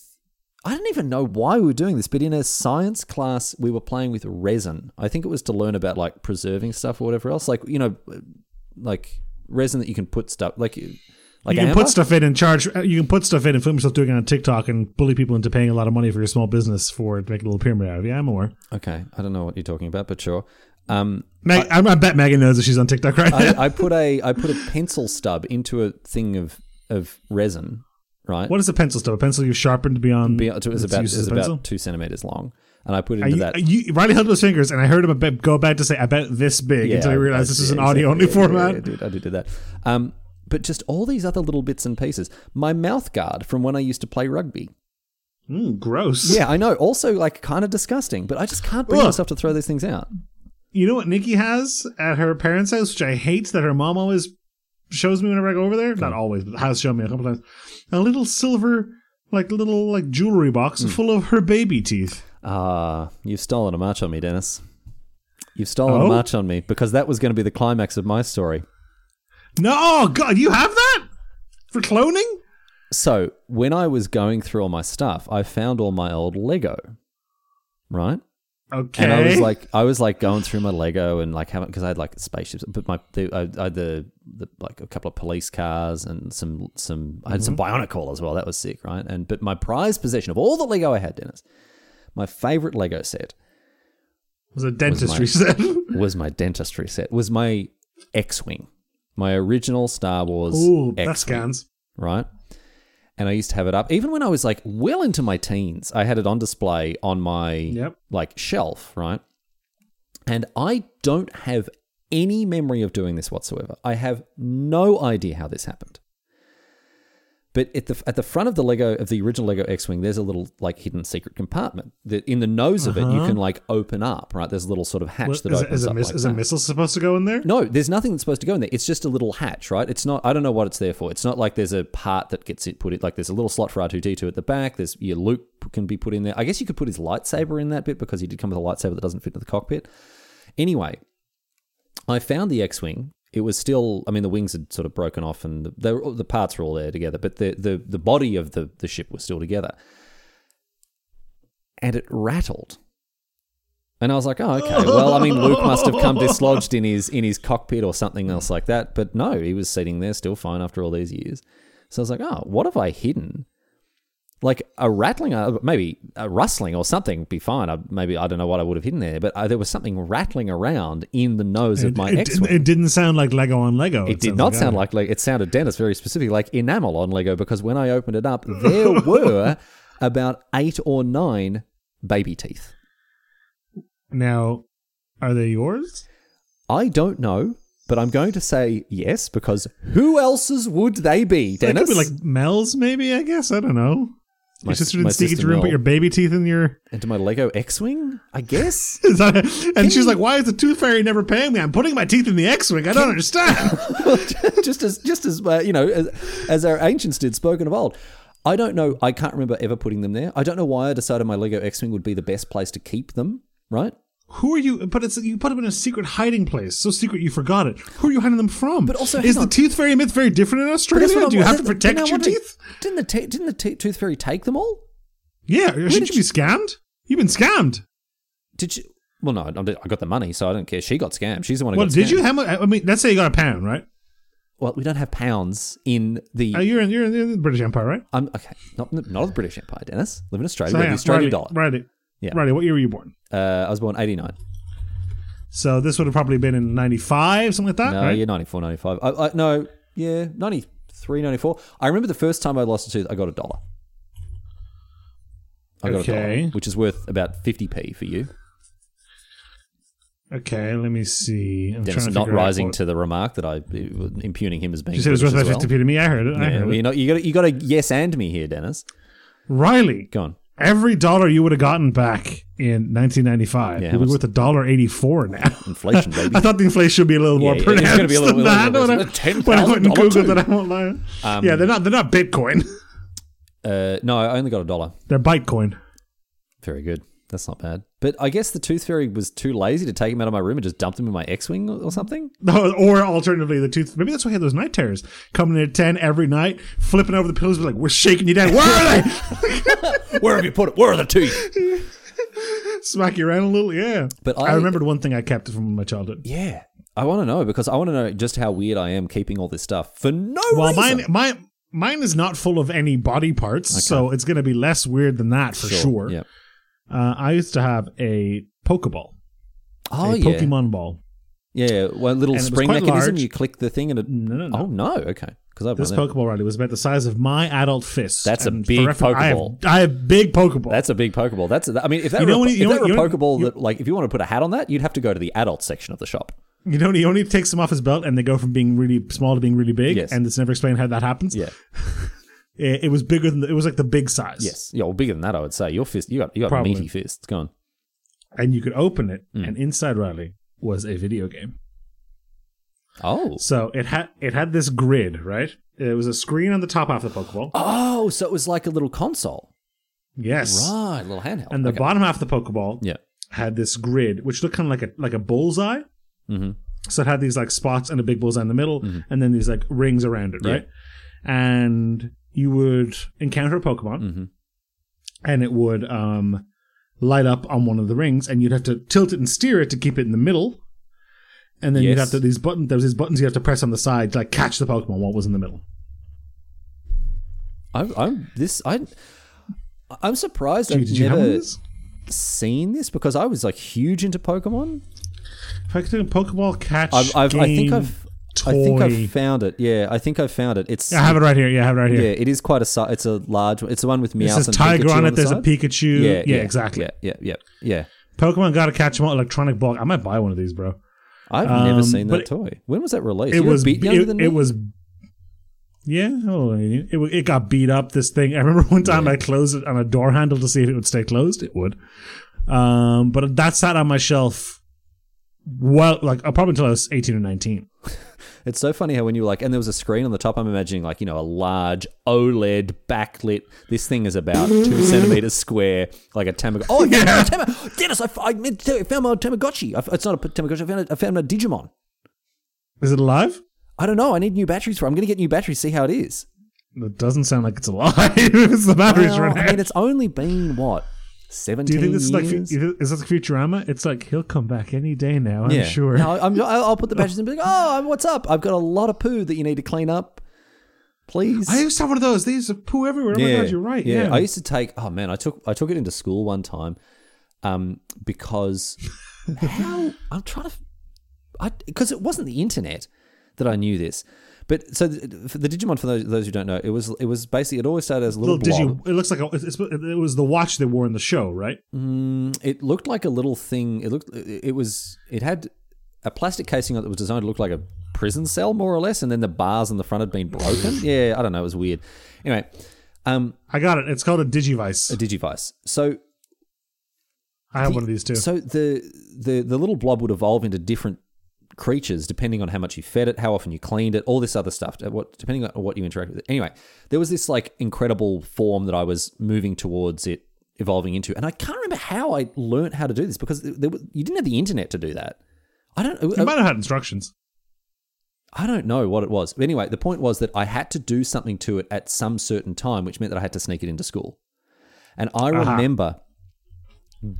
I don't even know why we were doing this, but in a science class, we were playing with resin. I think it was to learn about like preserving stuff or whatever else, like you know, like resin that you can put stuff like like you can amber? put stuff in and charge. uh, You can put stuff in and film yourself doing it on TikTok and bully people into paying a lot of money for your small business for it to make a little pyramid out of you. I'm aware. Okay, I don't know what you're talking about, but sure. Um, Meg, I, I bet Megan knows that she's on TikTok right now. I, I put a I put a pencil stub into a thing of of resin, right? What is a pencil stuff? A pencil you've sharpened beyond. Be- it was its about use it as was a pencil? about two centimeters long, and I put it Are into you, that. are you, Riley held up his fingers, and I heard him about, go back to say about this big until I realized this is an yeah, audio only exactly. Yeah, yeah, format. yeah, dude, I did do that. Um, but just all these other little bits and pieces. My mouth guard from when I used to play rugby. Mm, gross. Yeah, I know. Also, like, kind of disgusting. But I just can't bring Ugh. myself to throw these things out. You know what Nikki has at her parents' house, which I hate that her mom always shows me whenever I go over there. Hmm. Not always, but has shown me a couple times. A little silver, like little like jewelry box Hmm. full of her baby teeth. Ah, you've stolen a march on me, Dennis. You've stolen a Oh? march on me because that was going to be the climax of my story. No, oh god, you have that for cloning? So, when I was going through all my stuff, I found all my old Lego, right? Okay. And I was like, I was like going through my Lego and like having because I had like spaceships, but my the, I, I had the, the like a couple of police cars and some some I had some Mm-hmm. Bionicle as well. That was sick, right? And but my prized possession of all the Lego I had, Dennis, my favorite Lego set it was a dentistry my- set. was my dentistry set. Was my X-wing, my original Star Wars Ooh, that X-wing, scans. right? And I used to have it up even when I was like well into my teens. I had it on display on my Yep. like shelf, right? And I don't have any memory of doing this whatsoever. I have no idea how this happened. But at the at the front of the Lego of the original Lego X-wing, there's a little like hidden secret compartment that in the nose of it you can like open up, right? There's a little sort of hatch What- that is, opens is, Uh-huh. a up. mis- like is that. a missile supposed to go in there? No, there's nothing that's supposed to go in there. It's just a little hatch, right? It's not. I don't know what it's there for. It's not like there's a part that gets it put in. Like there's a little slot for R two D two at the back. There's your loop can be put in there. I guess you could put his lightsaber in that bit because he did come with a lightsaber that doesn't fit into the cockpit. Anyway, I found the X wing. It was still. I mean, the wings had sort of broken off, and the they were, the parts were all there together, but the the the body of the the ship was still together. And it rattled. And I was like, oh, okay. Well, I mean, Luke must have come dislodged in his in his cockpit or something else like that. But no, he was sitting there still fine after all these years. So I was like, oh, what have I hidden like a rattling, uh, maybe a rustling or something. Be fine. I, maybe I don't know what I would have hidden there, but uh, there was something rattling around in the nose of It, my it- X-wing. it didn't sound like Lego on Lego. It did sounds not sound either. like Lego. It sounded, Dennis, very specific, like enamel on Lego because when I opened it up, there were about eight or nine baby teeth. Now, are they yours? I don't know, but I'm going to say yes because who else's would they be, They could Dennis? be like Mel's, maybe. I guess I don't know. your My s- sister didn't my sneak into sister your room, Mel. put your baby teeth in your. Into my Lego X-wing, I guess. Is that a- and she's you- like, "Why is the tooth fairy never paying me? I'm putting my teeth in the X-wing. I don't understand." just as just as uh, you know as, as our ancients did spoken of old i don't know i can't remember ever putting them there i don't know why i decided my lego x-wing would be the best place to keep them right Who are you? But it's you put them in a secret hiding place, so secret you forgot it. Who are you hiding them from? But also, is hang the on. tooth fairy myth very different in Australia? that's what Do I'm- you have to but then I protect your wondered, teeth? didn't the te- didn't the te- tooth fairy take them all Yeah, shouldn't you be scammed? You've been scammed. did she well no i I got the money so i don't care she got scammed she's the one who Well, got did scammed. you? How much? I mean, let's say you got a pound, right? well we don't have pounds in the Uh, you're in you're in the British Empire, right? i'm okay not in the- not of the british empire dennis live in australia So we have hang the on, australian Riley, dollar Riley, Yeah. Riley, what year were you born? uh, i was born 89 So this would have probably been in '95, something like that, No, right? you're 94, 95. I, I, no, yeah, 93, 94. I remember the first time I lost a tooth, I got a dollar. I got a Okay. dollar, which is worth about 50p for you. Okay, let me see. I'm Dennis trying to not figure out rising what- to the remark that I uh, impugning him as being. You said it was worth British about as well. 50p to me. I heard it. I Yeah, heard well, it. you know, you got you got to yes and me here, Dennis. Riley, Go on. every dollar you would have gotten back in 1995 Yeah, how would be much- worth a dollar 84 now. Inflation, baby. I thought the inflation should be a little more yeah, it's gonna pronounced be a little than bit that. more When I, pronounced. when I went and $10,000 Googled too. it, I won't lie. Um, yeah, they're not they're not Bitcoin. Uh, no, I only got a dollar. they're Bitcoin. Very good. That's not bad. But I guess the tooth fairy was too lazy to take him out of my room and just dumped him in my X-wing or or something. No, or alternatively, the tooth. Maybe that's why he had those night terrors coming in at ten every night, flipping over the pillows, be like, "We're shaking you down. Where are they? Where have you put it? Where are the teeth? Smack you around a little." Yeah, But I, I- remembered one thing I kept from my childhood. Yeah. I want to know because I want to know just how weird I am keeping all this stuff for no Well, reason. mine, my, mine is not full of any body parts, so it's going to be less weird than that for sure. Yeah. Uh, I used to have a Pokeball, Oh a yeah. Oh, Pokemon ball. Yeah. Well, a little And it was spring quite mechanism. large. You click the thing and it. No, no, no. Oh no. Okay. Because I've This done that. Pokeball rally was about the size of my adult fist. That's a And for big reference, I have- Pokeball. I have, big Pokeball. That's a big Pokeball. That's. I mean, if that You were, know a- when you- if you know what- that you were a know- Pokeball you- that, like, if you want to put a hat on that, you'd have to go to the adult section of the shop. You know, he only takes them off his belt, and they go from being really small to being really big. Yes. And it's never explained how that happens. Yeah. It, it was bigger than the, it was like the big size. Yes. Yeah. Well, bigger than that, I would say. Your fist. You got. You got Probably. meaty fists. Go on. And you could open it, Mm. and inside Riley was a video game. Oh. So it had it had this grid, right? It was a screen on the top half of the Pokeball. Oh. So it was like a little console. Yes. Right. Little handheld. And the okay. bottom half of the Pokeball Yeah. had this grid, which looked kind of like a like a bullseye. Mm-hmm. So it had these like spots and a big bullseye in the middle, and then these like rings around it, Yeah. right? And you would encounter a Pokemon, Mhm. and it would um, light up on one of the rings, and you'd have to tilt it and steer it to keep it in the middle. And then you'd Yes. have to these buttons. There was these buttons you have to press on the side to like catch the Pokemon while it was in the middle. I'm, I'm this I I'm surprised Dude, I've did you have never one of these? seen this because I was like huge into Pokemon. If I could do a Pokeball catch, I've, I've I think game, I've I think toy. I've found it. Yeah, I think I've found it. It's I have it right here. Yeah, I have it right yeah, here. it is quite a si- it's a large one. It's the one with It Meowth says and Tiger Pikachu on it. the there's side. a Pikachu. Yeah, yeah, exactly. Yeah, yeah, yeah, yeah. Pokemon got to catch them all. Electronic ball. I might buy one of these, bro. I've never Um, seen that but it- toy. When was that released? It You were was. a bit younger It, than it me? was. Yeah, how old are you? it wa- it got beat up. This thing. I remember one time I closed it on a door handle to see if it would stay closed. It would. Um, but that sat on my shelf. Well, like uh, probably until I was eighteen or nineteen. It's so funny how when you were like, and there was a screen on the top. I'm imagining like you know a large OLED backlit. This thing is about two centimeters square, like a Tamagotchi. Oh yeah, yeah. Tamag- Dennis, I, f- I meant to tell you, I found my Tamagotchi. I f- it's not a Tamagotchi. I found a, I found a Digimon. Is it alive? I don't know. I need new batteries for. it. I'm going to get new batteries. See how it is. It doesn't sound like it's alive. it's the batteries Well, running I mean, out. it's only been what seventeen Do you think this is like years? fu- is this like Futurama? It's like he'll come back any day now. I'm yeah, sure. No, I'm, I'll I'll put the batteries in. And be like, oh, what's up? I've got a lot of poo that you need to clean up. please. I used to have one of those. They used to poo everywhere. Oh my god, you're right. Yeah. I used to take. Oh man, I took I took it into school one time, um, because how I'm trying to, I because it wasn't the internet that I knew this, but so the, for the Digimon for those those who don't know, it was it was basically it always started as a little, little blob. digi. It looks like a, it's, it was the watch they wore in the show, right? It looked like a little thing. It looked it it was it had a plastic casing on it that was designed to look like a prison cell more or less, and then the bars on the front had been broken. yeah, I don't know. It was weird. Anyway, um, I got it. It's called a digivice. a Digivice. So I have one of these too. So the the the little blob would evolve into different creatures depending on how much you fed it, how often you cleaned it, all this other stuff. uh, What depending on what you interact with it. Anyway, there was this like incredible form that I was moving towards it evolving into, and I can't remember how I learnt how to do this because there, there, was- you didn't have the internet to do that. I don't. you might have had instructions. I don't know what it was. But anyway, the point was that I had to do something to it at some certain time, which meant that I had to sneak it into school. And I remember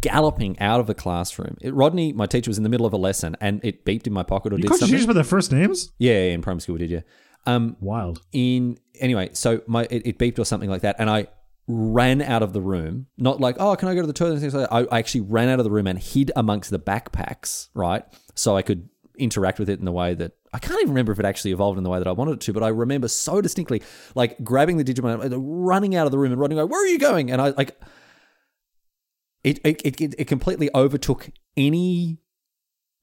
galloping out of the classroom. It, Rodney, my teacher, was in the middle of a lesson and it beeped in my pocket or You did called your something. teachers by their first names? yeah, yeah, in primary school we did, yeah. Um, Wild. in anyway, so my it, it beeped or something like that, and I ran out of the room. Not like, oh, can I go to the toilet and things like that. I, I actually ran out of the room and hid amongst the backpacks, right? So I could interact with it in the way that I can't even remember if it actually evolved in the way that I wanted it to, but I remember so distinctly, like grabbing the Digimon, and running out of the room, and running away. Where are you going? And I like it. It it, it, it completely overtook any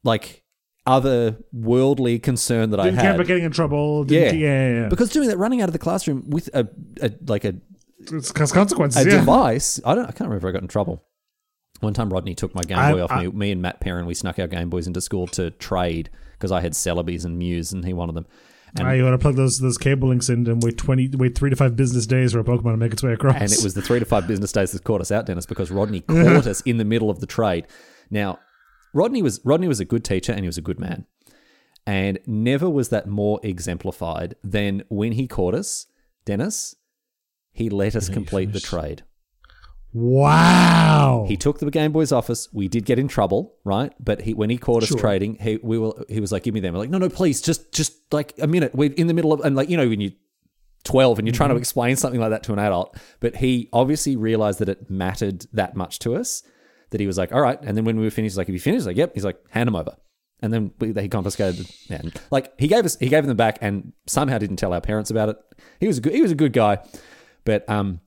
like other worldly concern that I Didn't had care about getting in trouble. Didn't Yeah. yeah, yeah, yeah. because doing that running out of the classroom with a, a like a, It's cause consequences. a yeah. device i don't i can't remember if i got in trouble one time rodney took my game I- boy off I- me me and matt perrin we snuck our game boys into school to trade because i had celebes and muse and he wanted them and, Ah, you want to plug those those cable links in and wait twenty, wait three to five business days for a Pokemon to make its way across. and it was the three to five business days that caught us out dennis because rodney caught us in the middle of the trade now rodney was rodney was a good teacher and he was a good man and never was that more exemplified than when he caught us dennis he let us complete the trade wow. He took the Game Boy's office. We did get in trouble, right? But he, when he caught us trading, he we were he was like, "Give me them." We're like, "No, no, please, just just like a minute. We're in the middle of and like you know when you." are 12 and you're trying to explain something like that to an adult but he obviously realized that it mattered that much to us that he was like all right and then when we were finished he's like have you finished like yep he's like hand them over and then we, he confiscated the- and like he gave us he gave them back and somehow didn't tell our parents about it he was a good he was a good guy but um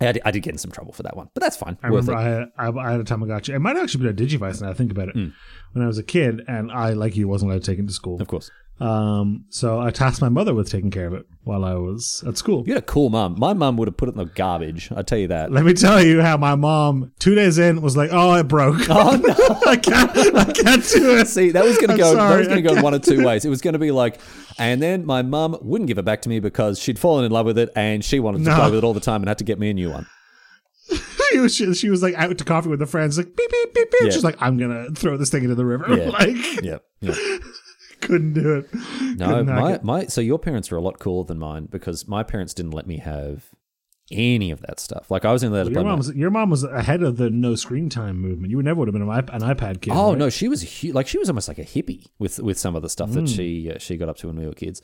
I did, I did get in some trouble for that one but that's fine I worth it. remember I had, I, I had a Tamagotchi. It might have actually been a Digivice now I think about it. When I was a kid, and I, like you, wasn't allowed to take it to school. Hmm. Of course. Um, so I tasked my mother with taking care of it while I was at school. You had a cool mum. My mum would have put it in the garbage. I tell you that. Let me tell you how my mom, two days in, was like, "Oh, it broke. Oh no. I can't, I can't do it." See, that was going to I'm go. that sorry, was going I to go in one of two ways. It was going to be like, and then my mum wouldn't give it back to me because she'd fallen in love with it and she wanted to No. play with it all the time and had to get me a new one. she, was, she, she was like out to coffee with her friends, like beep beep beep beep. Yeah. She's like, "I'm gonna throw this thing into the river." Yeah. like, Yeah. yeah. couldn't do it. No, Couldn't hack my, it. my so your parents are a lot cooler than mine because my parents didn't let me have any of that stuff. Like I was in there to play. Your my- mom, was, your mom was ahead of the no screen time movement. You would never would have been an iP- an iPad kid. Oh right? Hmm. no, she was hu- like she was almost like a hippie with with some of the stuff that she uh, she got up to when we were kids.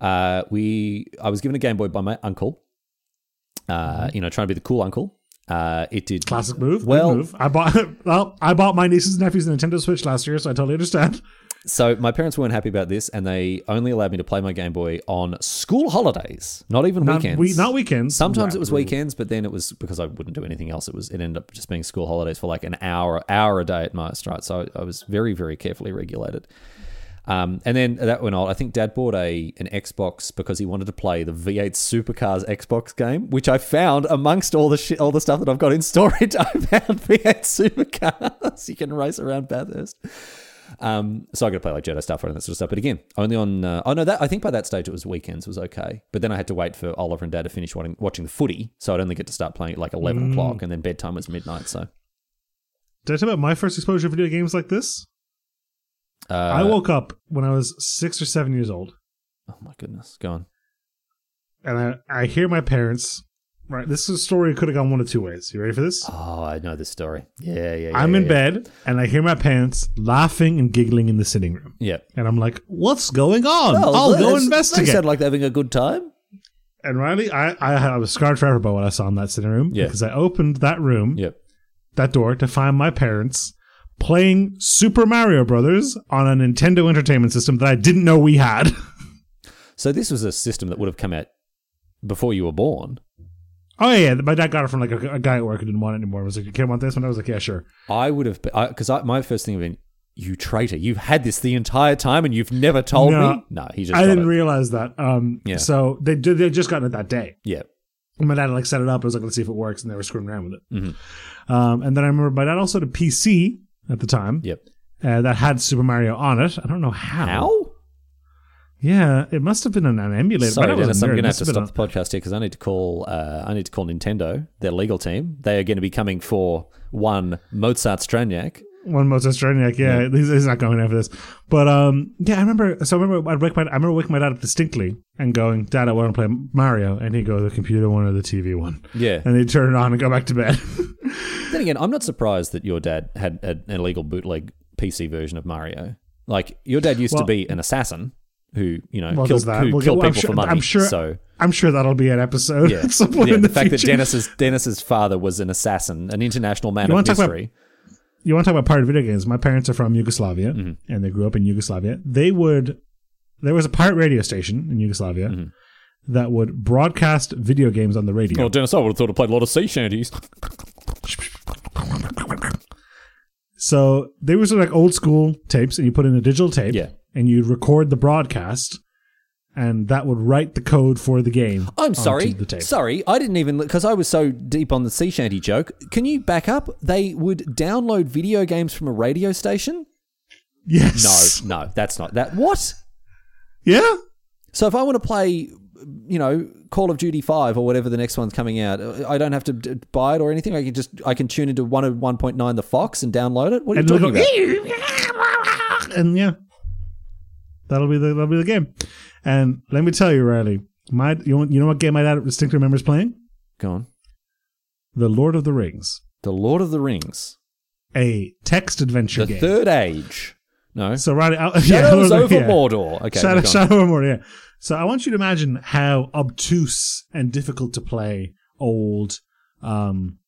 Uh, we I was given a Game Boy by my uncle. Uh, you know, trying to be the cool uncle. Uh, it did Mm-hmm. Classic move. good Well- move. I bought well, I bought my nieces and nephews a Nintendo Switch last year, so I totally understand. So my parents weren't happy about this, and they only allowed me to play my Game Boy on school holidays, not even Not weekends. we- not weekends. Sometimes Right, it was weekends, but then it was because I wouldn't do anything else. It was it ended up just being school holidays for like an hour hour a day at most, right? So I, I was very very carefully regulated. Um, and then that went on. I think Dad bought a an Xbox because he wanted to play the V8 Supercars Xbox game, which I found amongst all the shi all the stuff that I've got in storage. I found V8 Supercars. you can race around Bathurst. Um, so I got to play like Jedi Starfighter and that sort of stuff. But again, only on. Uh, oh no, that I think by that stage it was weekends was okay. But then I had to wait for Oliver and Dad to finish watching, watching the footy, so I'd only get to start playing at like eleven Mm. o'clock, and then bedtime was midnight. So Did I tell you about my first exposure to video games like this? uh, I woke up when I was six or seven years old, Oh my goodness, go on. and I, I hear my parents. Right, this is a story could have gone one of two ways. You ready for this? Oh, I know this story. Yeah, yeah. yeah I'm in yeah. bed and I hear my parents laughing and giggling in the sitting room, Yeah. and I'm like, "What's going on? Oh, I'll go that's- They investigate." sound like they're having a good time. And Riley, I, I, I was scarred forever by what I saw in that sitting room Yeah. because I opened that room, Yep. that door, to find my parents playing Super Mario Brothers on a Nintendo Entertainment System that I didn't know we had. So this was a system that would have come out before you were born. oh yeah, my dad got it from like a, a guy at work who didn't want it anymore. I was like, "You can't want this one." I was like, "Yeah, sure." I would have because I, my first thing would have been, "You traitor! You've had this the entire time and you've never told No. me." No, he just. I got didn't it. realize that. Um, Yeah. So they did- they just gotten it that day. yeah. And my dad like set it up. I was like, let's see if it works, and they were screwing around with it. Mm-hmm. Um, and then I remember my dad also had a PC at the time Yep. uh, that had Super Mario on it. I don't know how. How? Yeah, it must have been an, an emulator. Sorry, but I was a Dennis. I'm nerd. going to have Must to been stop the podcast here because I need to call. Uh, I need to call Nintendo, their legal team. They are going to be coming for one Mozart Straniak. on- One Mozart Straniak. Yeah, He's, he's not going after this. But um, yeah, I remember. So I remember I'd wake my I remember waking my dad up distinctly and going, "Dad, I want to play Mario," and he'd go, "The computer one or the TV one." Yeah. And he'd turn it on and go back to bed. Then again, I'm not surprised that your dad had an illegal bootleg PC version of Mario. Like your dad used Well- to be an assassin who you know Well, killed, there's that. who We'll get- killed well, I'm people sure- for money. I'm sure- so I'm sure that'll be an episode yeah, at some point Yeah, in the, the, fact that future. Dennis's Dennis's father was an assassin, an international man You of wanna talk about- mystery. you want to talk about pirate video games? My parents are from Yugoslavia, Mm-hmm. and they grew up in Yugoslavia. They would, there was a pirate radio station in Yugoslavia Mm-hmm. that would broadcast video games on the radio. Oh, Dennis, I would have thought I played a lot of sea shanties. So they were sort of like old school tapes, and you put in a digital tape, Yeah. and you'd record the broadcast, and that would write the code for the game. I'm onto sorry. the tape. Sorry, I didn't even because I was so deep on the sea shanty joke. Can you back up? They would download video games from a radio station. No, yes. no, that's not that. What? Yeah. So if I want to play, you know, Call of Duty Five or whatever the next one's coming out, I don't have to d- buy it or anything. I can just I can tune into one of one point nine the Fox and download it. What are and you they'll talking about? go, and yeah, that'll be the that'll be the game. And let me tell you, Riley, my you know, you know what game my dad distinctly remembers playing? Go on. The Lord of the Rings, The Lord of the Rings, a text adventure the game. Third Age. No, so Riley, I'll, yeah, Shadows Lord of the- over yeah. Mordor. Okay, Shadow, go on. Shadow of Mordor, yeah. So I want you to imagine how obtuse and difficult to play old. Um,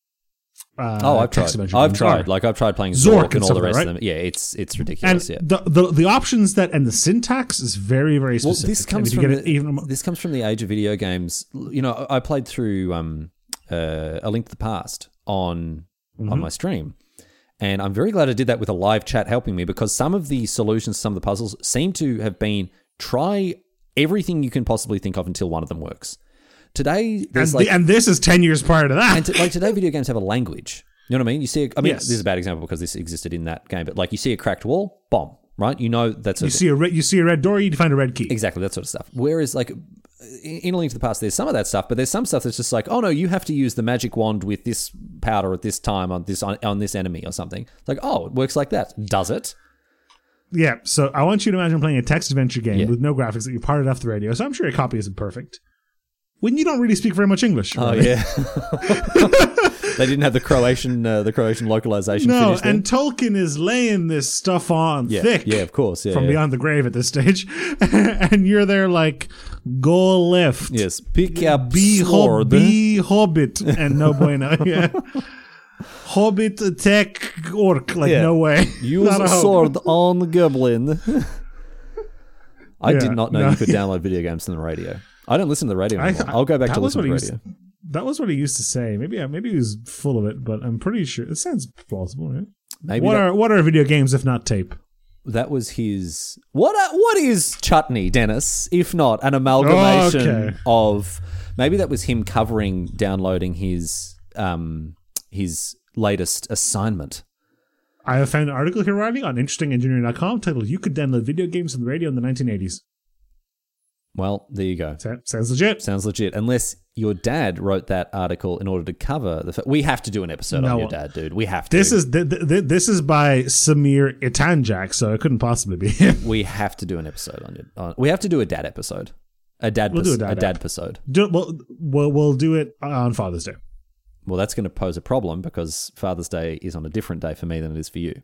uh, Oh, I've text tried. adventure I've games tried. are. Like I've tried playing Zork Zork, and and all stuff the like rest that, of them. Yeah, it's it's and ridiculous. yeah. the, the the options that and the syntax is very very Well, specific. this And comes if you from get it the, even this comes from the age of video games. L- You know, I I played through um, uh, A Link to the Past on on my stream, and I'm very glad I did that with a live chat helping me because some of the solutions, some of the puzzles, seem to have been try everything you can possibly think of until one of them works. Today, there's and, like the, and this is 10 years prior to that. and to, like today, video games have a language. You know what I mean? You see, a, I mean, Yes. this is a bad example because this existed in that game, but like you see a cracked wall, bomb, right? You know that's a you see a red, you see a red door, you find a red key. exactly that sort of stuff. Whereas like in in A Link to the Past, there's some of that stuff, but there's some stuff that's just like, oh no, you have to use the magic wand with this powder at this time on this on, on this enemy or something. It's like, oh, it works like that, does it? Yeah. So I want you to imagine playing a text adventure game Yeah. with no graphics that you parted off the radio. So I'm sure your copy isn't perfect. When you don't really speak very much English. Oh right? yeah, they didn't have the Croatian uh, the Croatian localization. No, finished there. and Tolkien is laying this stuff on yeah, thick yeah, of course, yeah, from yeah. beyond the grave at this stage. and you're there like, go left. Yes, pick up Be, hob- sword. be hobbit. And no bueno. Yeah. Hobbit attack orc. Like, Yeah. no way. Use Not a hope. sword on goblin. I Yeah, did not know no. you could download video games from the radio. I don't listen to the radio I- anymore. I, will go back that to was listen to what the he radio. used- that was what he used to say. Maybe I- maybe he was full of it, but I'm pretty sure it sounds plausible. Right? Maybe What that, are what are video games if not tape? that was his. What are, what is chutney, Dennis? If not an amalgamation Oh, Okay. of maybe that was him covering downloading his um his latest assignment. I have found an article here writing on interestingengineering.com titled "You Could Download Video Games on the Radio in the 1980s." Well, there you go. Sa- Sounds legit. Sounds legit. Unless your dad wrote that article in order to cover the. Fa- we have to do an episode No. on your dad, dude. We have to. This is th- th- th- this is by Samir Itanjak, so it couldn't possibly be him. We have to do an episode on it. On, we have to do a dad episode. A dad. We'll pis- do a dad ep. episode. Do, we'll, we'll we'll do it on Father's Day. Well, that's going to pose a problem because Father's Day is on a different day for me than it is for you.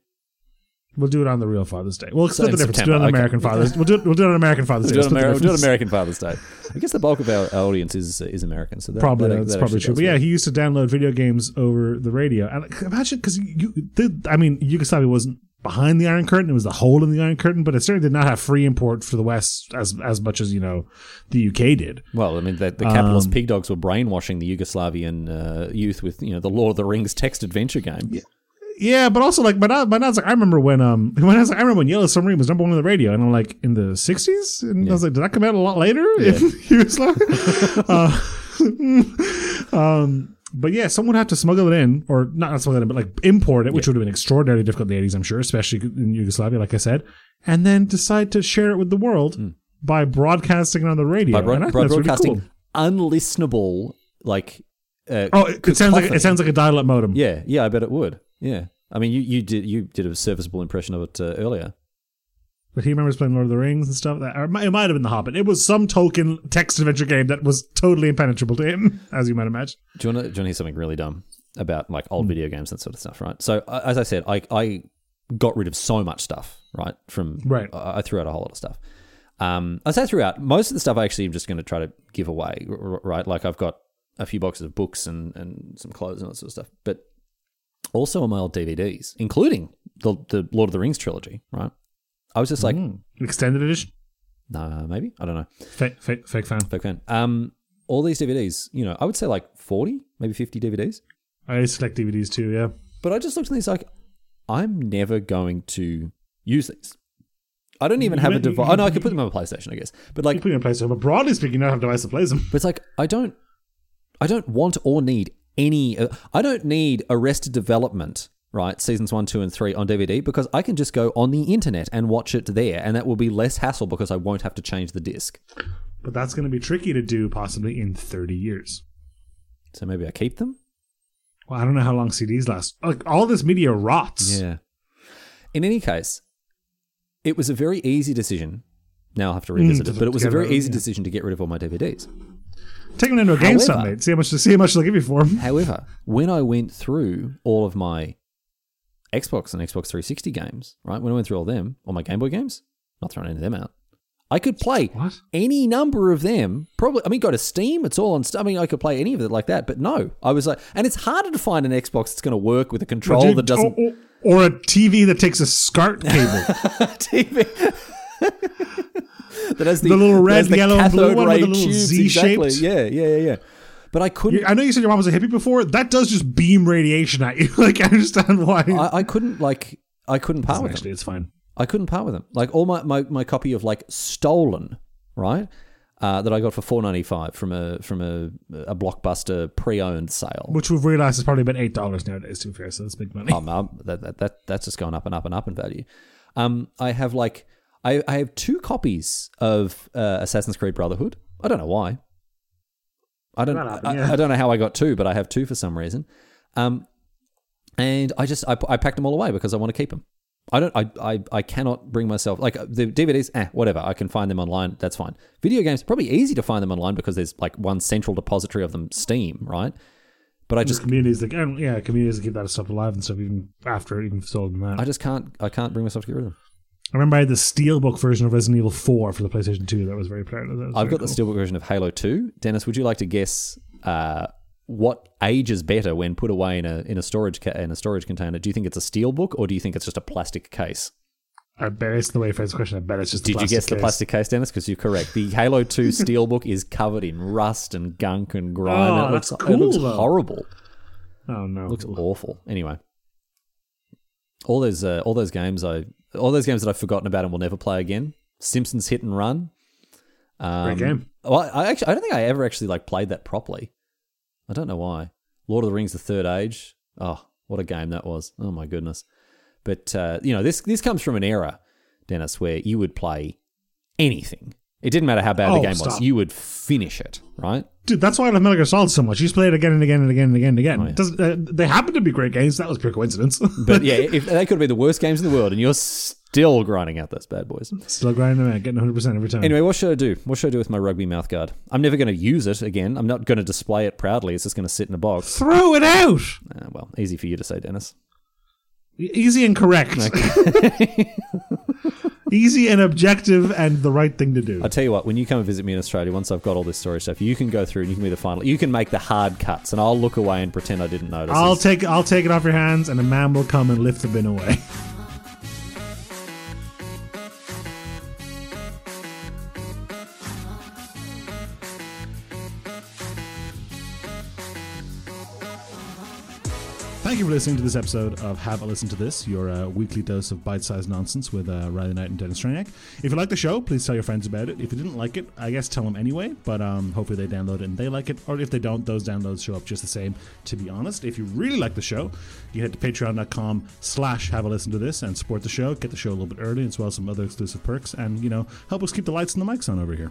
We'll do it on the real Father's Day. We'll So explain the in difference. We'll do it on September, American okay. Father's. We'll do it. We'll do it on American Father's We're Day. doing, We'll Ameri- split we're the doing difference. American Father's Day. I guess the bulk of our, our audience is is American, so that, Probably that- that's that probably actually true. But does yeah, work. he used to download video games over the radio. And like, imagine because you, the, I mean, Yugoslavia wasn't behind the Iron Curtain; it was the hole in the Iron Curtain. But it certainly did not have free import for the West as as much as you know the UK did. Well, I mean, the, the Um, capitalist pig dogs were brainwashing the Yugoslavian uh, youth with you know the Lord of the Rings text adventure game. Yeah, but also like, but I, but I was like, I remember when um, when I was like, I remember when Yellow Submarine was number one on the radio, and I'm like, in the '60s, and I was like, did that come out a lot later in Yugoslavia? uh, um, but yeah, someone had to smuggle it in, or not, not smuggle it in, but like import it, which would have been extraordinarily difficult in the '80s, I'm sure, especially in Yugoslavia, like I said, and then decide to share it with the world by broadcasting it on the radio. Hmm. By, broad- And I think by that's really broadcasting cool. unlistenable, like uh, Oh, it, it sounds like it sounds like a dial-up modem. yeah, yeah, I bet it would. Yeah, I mean, you, you did you did a serviceable impression of it uh, earlier. But he remembers playing Lord of the Rings and stuff. That or it might, it might have been The Hobbit. It was some token text adventure game that was totally impenetrable to him, as you might imagine. Do you want to, do you want to hear something really dumb about like old video games and that sort of stuff, right? So I- as I said, I, I got rid of so much stuff, right? From Right. I, I threw out a whole lot of stuff. Um, I say threw out most of the stuff. I actually am just going to try to give away, r- r- right? Like I've got a few boxes of books and and some clothes and all that sort of stuff, but also on my old DVDs, including the the Lord of the Rings trilogy, right? I was just like, Extended edition, nah, maybe I don't know. fake, fake, fake fan. Big fan. Um, all these DVDs, you know, I would say like forty, maybe fifty DVDs. I used to collect DVDs too. Yeah, But I just looked at these like, I'm never going to use these. I don't even have a you- device. Oh no, I could put them on my PlayStation, I guess. But like, you put them in place, but broadly speaking, you don't have a device that plays them. but it's like I don't, I don't want or need any. Uh, I don't need Arrested Development, right? Seasons one, two, and three on DVD because I can just go on the internet and watch it there, and that will be less hassle because I won't have to change the disc. But that's going to be tricky to do, possibly in thirty years. So maybe I keep them. Well, I don't know how long CDs last. Like all this media rots. Yeah. In any case, it was a very easy decision. Now I'll have to revisit to it, but it was a Mm, get rid very of- easy yeah. decision to get rid of all my DVDs. Take them into a GameStop, However- mate. See how much see how much they'll give you for them. However, when I went through all of my Xbox and Xbox 360 games, right? When I went through all them, all my Game Boy games, not throwing any of them out. I could play What? any number of them. Probably, I mean, go to Steam. It's all on. Steam. I mean, I could play any of it like that. But no, I was like, and it's harder to find an Xbox that's going to work with a control that doesn't Or, or a TV that takes a SCART cable. TV. that has the, Oh. The little that has red, yellow, and blue cathode one with ray the little tubes, Z-shaped. Exactly. Yeah, yeah, yeah, yeah. But I couldn't. You- I know you said your mom was a hippie before. That does just beam radiation at you. like I understand why. I, I couldn't like. I couldn't part with them. it's fine. I couldn't part with them. Like all my, my, my copy of like stolen right uh, that I got for four ninety five from a from a, a blockbuster pre owned sale. Which we've realized is probably about eight dollars nowadays. To be fair, so that's big money. Oh, man, that, that, that that's just going up and up and up in value. Um, I have like I, I have two copies of uh, Assassin's Creed Brotherhood. I don't know why. I don't That'll happen, I, yeah. I don't know how I got two, but I have two for some reason. Um, and I just I, I packed them all away because I want to keep them. I don't I, I I cannot bring myself like the DVDs eh whatever I can find them online that's fine. Video games probably easy to find them online because there's like one central depository of them Steam, right? But I just Just communities, like and yeah, communities that keep that stuff alive and stuff even after it even sold and that. I I, just can't I can't bring myself to get rid of them. remember I had the steelbook version of Resident Evil Four for the PlayStation Two. That was very proud of that. I've got the steelbook version of Halo 2. Dennis, would you like to guess uh, what age is better when put away in a in a storage ca- in a storage container? Do you think it's a steelbook or do you think it's just a plastic case? I bet it's the way for this question. I bet it's just. The Did you plastic guess the case. plastic case, Dennis? Because you're correct. The Halo 2 steelbook is covered in rust and gunk and grime. Oh, and it looks, that's it looks cool, though. horrible. Oh no! looks awful. Anyway, all those uh, all those games I all those games that I've forgotten about and will never play again. Simpsons Hit and Run. Um, Great game. Well, I actually I don't think I ever actually like played that properly. I don't know why. Lord of the Rings: The Third Age. Oh, what a game that was! Oh my goodness. But uh, you know this this comes from an era, Dennis, where you would play anything. It didn't matter how bad Oh, the game was. stop. You would finish it, right? Dude, that's why I love Metal Gear Solid so much. You just play it again and again and again and again and again. Doesn't- uh, they happen to be great games. That was pure coincidence. Oh, But yeah, if they could be the worst games in the world, and you're still grinding out those bad boys. Still grinding them out, getting 100 percent every time. Anyway, what should I do? What should I do with my rugby mouth guard? I'm never going to use it again. I'm not going to display it proudly. It's just going to sit in a box. Uh, throw it out. Ah, well, easy for you to say, Dennis. Easy and correct. Easy and objective and the right thing to do. I'll tell you what, when you come and visit me in Australia, once I've got all this story stuff, you can go through and you can be the final. You can make the hard cuts, and I'll look away and pretend I didn't notice. I'll take I'll take it off your hands and a man will come and lift the bin away. Thank you for listening to this episode of Have a Listen to This, your uh, weekly dose of bite sized nonsense with uh, Riley Knight and Dennis Straniak. If you like the show, please tell your friends about it. If you didn't like it, I guess tell them anyway, but um, hopefully they download it and they like it. Or if they don't, those downloads show up just the same, to be honest. If you really like the show, you head to patreon.com slash have a listen to this and support the show, get the show a little bit early, as well as some other exclusive perks, and, you know, help us keep the lights and the mics on over here.